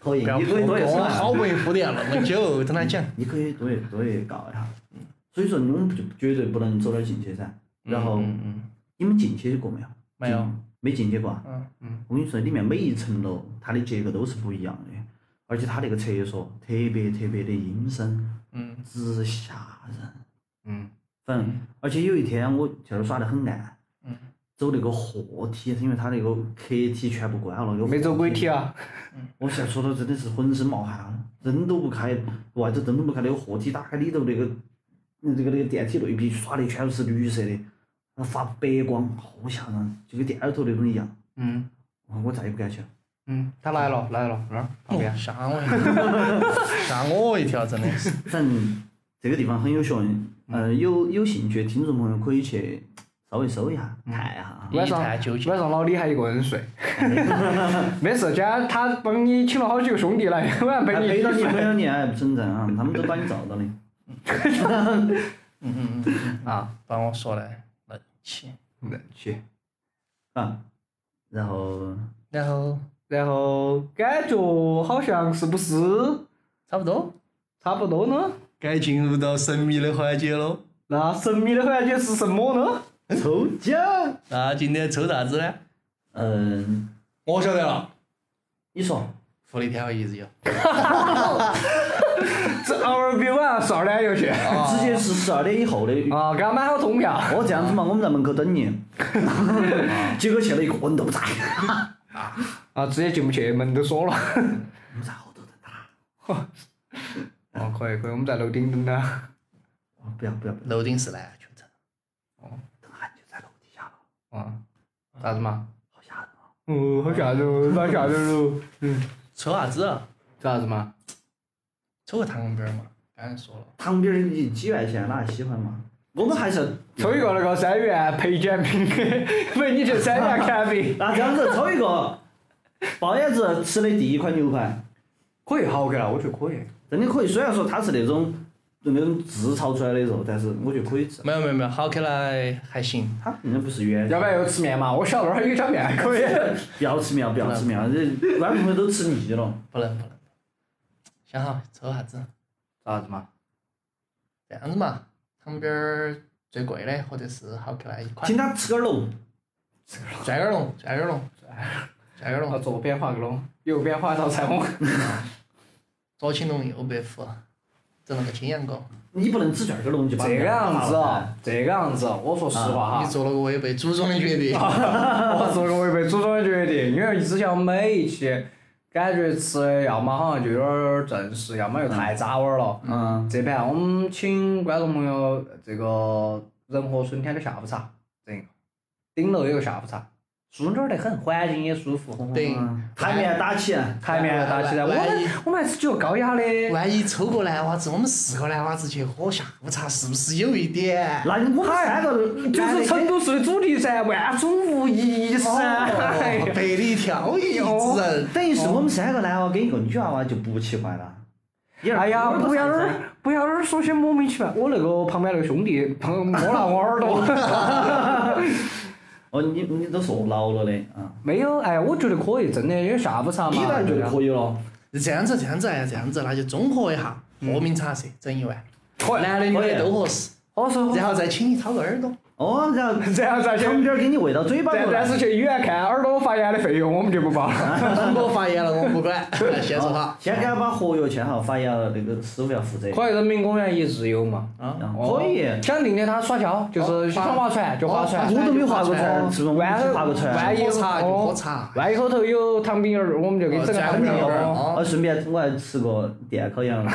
Speaker 2: 可以，
Speaker 4: 不要
Speaker 2: 你可以多也
Speaker 4: 我
Speaker 2: 说
Speaker 4: 们
Speaker 2: 啊
Speaker 4: 好不容易铺垫那么久，等他讲。
Speaker 2: 你可以多也多也搞一下。嗯所以说，你们就绝对不能走那儿进去噻。然后
Speaker 4: 嗯嗯，
Speaker 2: 你们进去过没有？
Speaker 4: 没有
Speaker 2: 进，没进去过啊。
Speaker 4: 嗯嗯
Speaker 2: 我跟你说，里面每一层楼它的结构都是不一样的，而且它那个厕所特别特别的阴森，
Speaker 4: 嗯
Speaker 2: 直吓人。
Speaker 4: 嗯
Speaker 2: 反正，而且有一天我在那儿耍得很暗，
Speaker 4: 嗯
Speaker 2: 走那个货梯，因为它那个客梯全部关了，有
Speaker 3: 没走
Speaker 2: 货
Speaker 3: 鬼体啊，
Speaker 2: 我现在说的真的是浑身冒汗，灯都不开，外头灯都不开，那个货梯打开，里头那个那这个那个电梯内壁刷的全部是绿色的，那发白光，好吓人，就跟电影头那种一样。
Speaker 3: 嗯
Speaker 2: 我再也不敢去了。
Speaker 3: 嗯，他来了来了，那儿旁边
Speaker 4: 哦，吓我一跳，吓我一跳，真的 是。
Speaker 2: 反正这个地方很有学问，呃，有有兴趣的听众朋友可以去稍微搜一下，看一下啊。
Speaker 3: 晚上
Speaker 4: 一探究竟
Speaker 3: 晚上老李还一个人睡， 没事，今天他帮你请了好几个兄弟来，晚上陪
Speaker 2: 还
Speaker 3: 你
Speaker 2: 陪到你陪
Speaker 3: 睡
Speaker 2: 到你哎，不存在啊，他们都把你罩到的。
Speaker 4: 嗯嗯嗯嗯，
Speaker 3: 啊，
Speaker 4: 把我说的冷气。
Speaker 3: 嗯去。
Speaker 2: 啊，然后
Speaker 4: 然后
Speaker 3: 然后感觉好像是不是
Speaker 4: 差不多
Speaker 3: 差不多呢？
Speaker 4: 该进入到神秘的环节喽。
Speaker 3: 那神秘的环节是什么呢？
Speaker 2: 抽奖，
Speaker 4: 那今天抽啥子呢？
Speaker 2: 嗯，
Speaker 4: 我晓得了，
Speaker 2: 你说。
Speaker 4: 福利天一日游。
Speaker 3: 这偶尔比晚上十二点又去啊，
Speaker 2: 直接是十二点以后的。
Speaker 3: 给他啊买好通票。
Speaker 2: 哦，这样子嘛，我们在门口等你。结果去了一个人都不 在，
Speaker 3: 啊，直接进不去，门都锁了。
Speaker 2: 我们在后头等他。
Speaker 3: 哦，可以可以，我们在楼顶等他。
Speaker 2: 哦不要不要，不要
Speaker 4: 楼顶是篮球场。
Speaker 2: 等下你就在楼底下了，
Speaker 3: 啊，啥子嘛？
Speaker 2: 好吓人啊！
Speaker 3: 哦，好吓人哦，好吓人哦。嗯，
Speaker 4: 抽啥子啊？
Speaker 3: 啥子嘛？
Speaker 4: 抽个糖饼儿嘛，刚才说了。
Speaker 2: 旁边儿一几元钱，哪还喜欢嘛？我们还是要
Speaker 3: 抽一个那个三元陪检品， 陪你去三元看病。
Speaker 2: 那这样子抽一个，包爷子吃的第一块牛排，
Speaker 3: 可以，好给了，我觉得可以。
Speaker 2: 真的可以。虽然说它是那种就那种自炒出来的肉，但是我觉得可以吃。
Speaker 4: 没有没有没有，好起来还行。
Speaker 2: 它并不是原，
Speaker 3: 要不然又吃面嘛？我晓得那儿有一家面可以。
Speaker 2: 不要吃面，不要吃面，这观众朋友都吃腻了。
Speaker 4: 不能不能。想好抽啥子？
Speaker 3: 啥子嘛？
Speaker 4: 这样子嘛，旁边儿最贵的或者是好起来一块
Speaker 2: 请。他吃根儿龙，
Speaker 4: 转耳龙，转耳 龙，转耳
Speaker 3: 啊，
Speaker 4: 龙，
Speaker 3: 左边画个龙，右边画一道彩虹。
Speaker 4: 左青龙右白虎，整了个青羊羔。
Speaker 2: 你不能只转根儿龙就把
Speaker 3: 这个样子
Speaker 2: 啊。
Speaker 3: 啊，这个样子，我说实话哈，
Speaker 4: 你做了个违背祖宗的决 定。
Speaker 3: 啊我做个违背祖宗的决定，因为之前每一期感觉吃的要么好像就有点儿正式，要么又太渣碗儿了。
Speaker 2: 嗯，
Speaker 3: 这盘我们请观众朋友这个仁和春天的下午茶，整一个顶楼有个下午茶，舒服点儿得很，环境也舒服，
Speaker 4: 对，
Speaker 2: 嗯台面啊打起，
Speaker 3: 啊台面打起来。我
Speaker 4: 万一
Speaker 3: 们我们还是具有高雅的。
Speaker 4: 万一抽个男娃子，我们四个男娃子去喝下午茶，是不是有 一点？
Speaker 2: 那我们三个
Speaker 3: 就是成都市的主题噻，万中无一噻。哎呀
Speaker 4: 哦百里挑一之
Speaker 3: 哎
Speaker 4: 人，
Speaker 2: 等于是我们三个男娃跟一个女娃娃就不奇怪了。
Speaker 3: 哎呀，不要
Speaker 2: 儿
Speaker 3: 儿，不要儿，说些莫名其妙。我那个旁边那个兄弟碰摸了我耳朵。
Speaker 2: 哦，你你都说老了的啊，
Speaker 3: 没有，哎，我觉得可以，真的，因为下午茶嘛。
Speaker 2: 你当然觉得可以了。
Speaker 4: 这样子这样子哎这样子，那就综合一下，
Speaker 3: 嗯
Speaker 4: 莫名茶社整一碗，
Speaker 3: 可以
Speaker 4: 男的女
Speaker 2: 可以
Speaker 4: 的都合适，
Speaker 3: 我说，
Speaker 4: 然后再请你掏个耳朵。
Speaker 2: 哦，然后
Speaker 3: 这样再去，
Speaker 2: 旁边给你喂到嘴巴
Speaker 3: 但
Speaker 2: 头
Speaker 3: 但
Speaker 2: 来。
Speaker 3: 是去医院看耳朵发炎的费用我们就不报了。
Speaker 4: 我发言了，我不管，先说
Speaker 2: 哦
Speaker 4: 他。
Speaker 2: 先给他把合约签好，法院那个师傅要负责。
Speaker 3: 可以，人民公园一日游嘛。
Speaker 4: 啊，
Speaker 2: 啊
Speaker 3: 哦
Speaker 2: 可以。
Speaker 3: 想定的他耍橇，就是想划船就划船
Speaker 4: 哦。
Speaker 2: 我都没划过船，
Speaker 4: 哦
Speaker 2: 是不是？我们一
Speaker 3: 万
Speaker 2: 起
Speaker 3: 一
Speaker 2: 划过啊船
Speaker 3: 万。一
Speaker 4: 喝茶就
Speaker 3: 哦
Speaker 4: 喝茶
Speaker 3: 万一后头有糖饼儿，我们就给整个
Speaker 4: 哦
Speaker 3: 糖饼
Speaker 4: 转
Speaker 3: 儿
Speaker 4: 个饼儿。
Speaker 3: 哦
Speaker 4: 哦
Speaker 2: 哦，顺便我还吃过电烤 羊肉。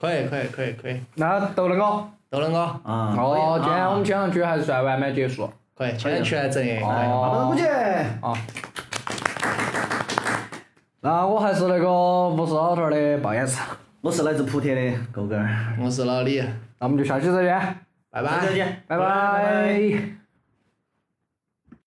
Speaker 4: 可以可以可以可以，
Speaker 3: 那逗那个。
Speaker 4: 都能哦，
Speaker 2: 啊。
Speaker 3: 哦，今天
Speaker 2: 啊
Speaker 3: 我们宣上去还是算完美结束。
Speaker 4: 可以，全全整一
Speaker 3: 哦
Speaker 4: 个。
Speaker 2: 好的，估计。
Speaker 3: 啊。那我还是那个不是老头儿的鲍燕子，
Speaker 2: 我是来自莆田的狗哥儿，
Speaker 4: 哎我是老李，
Speaker 3: 那我们就下期再见，
Speaker 4: 哎拜
Speaker 2: 再
Speaker 4: 拜。
Speaker 2: 见，
Speaker 3: 拜拜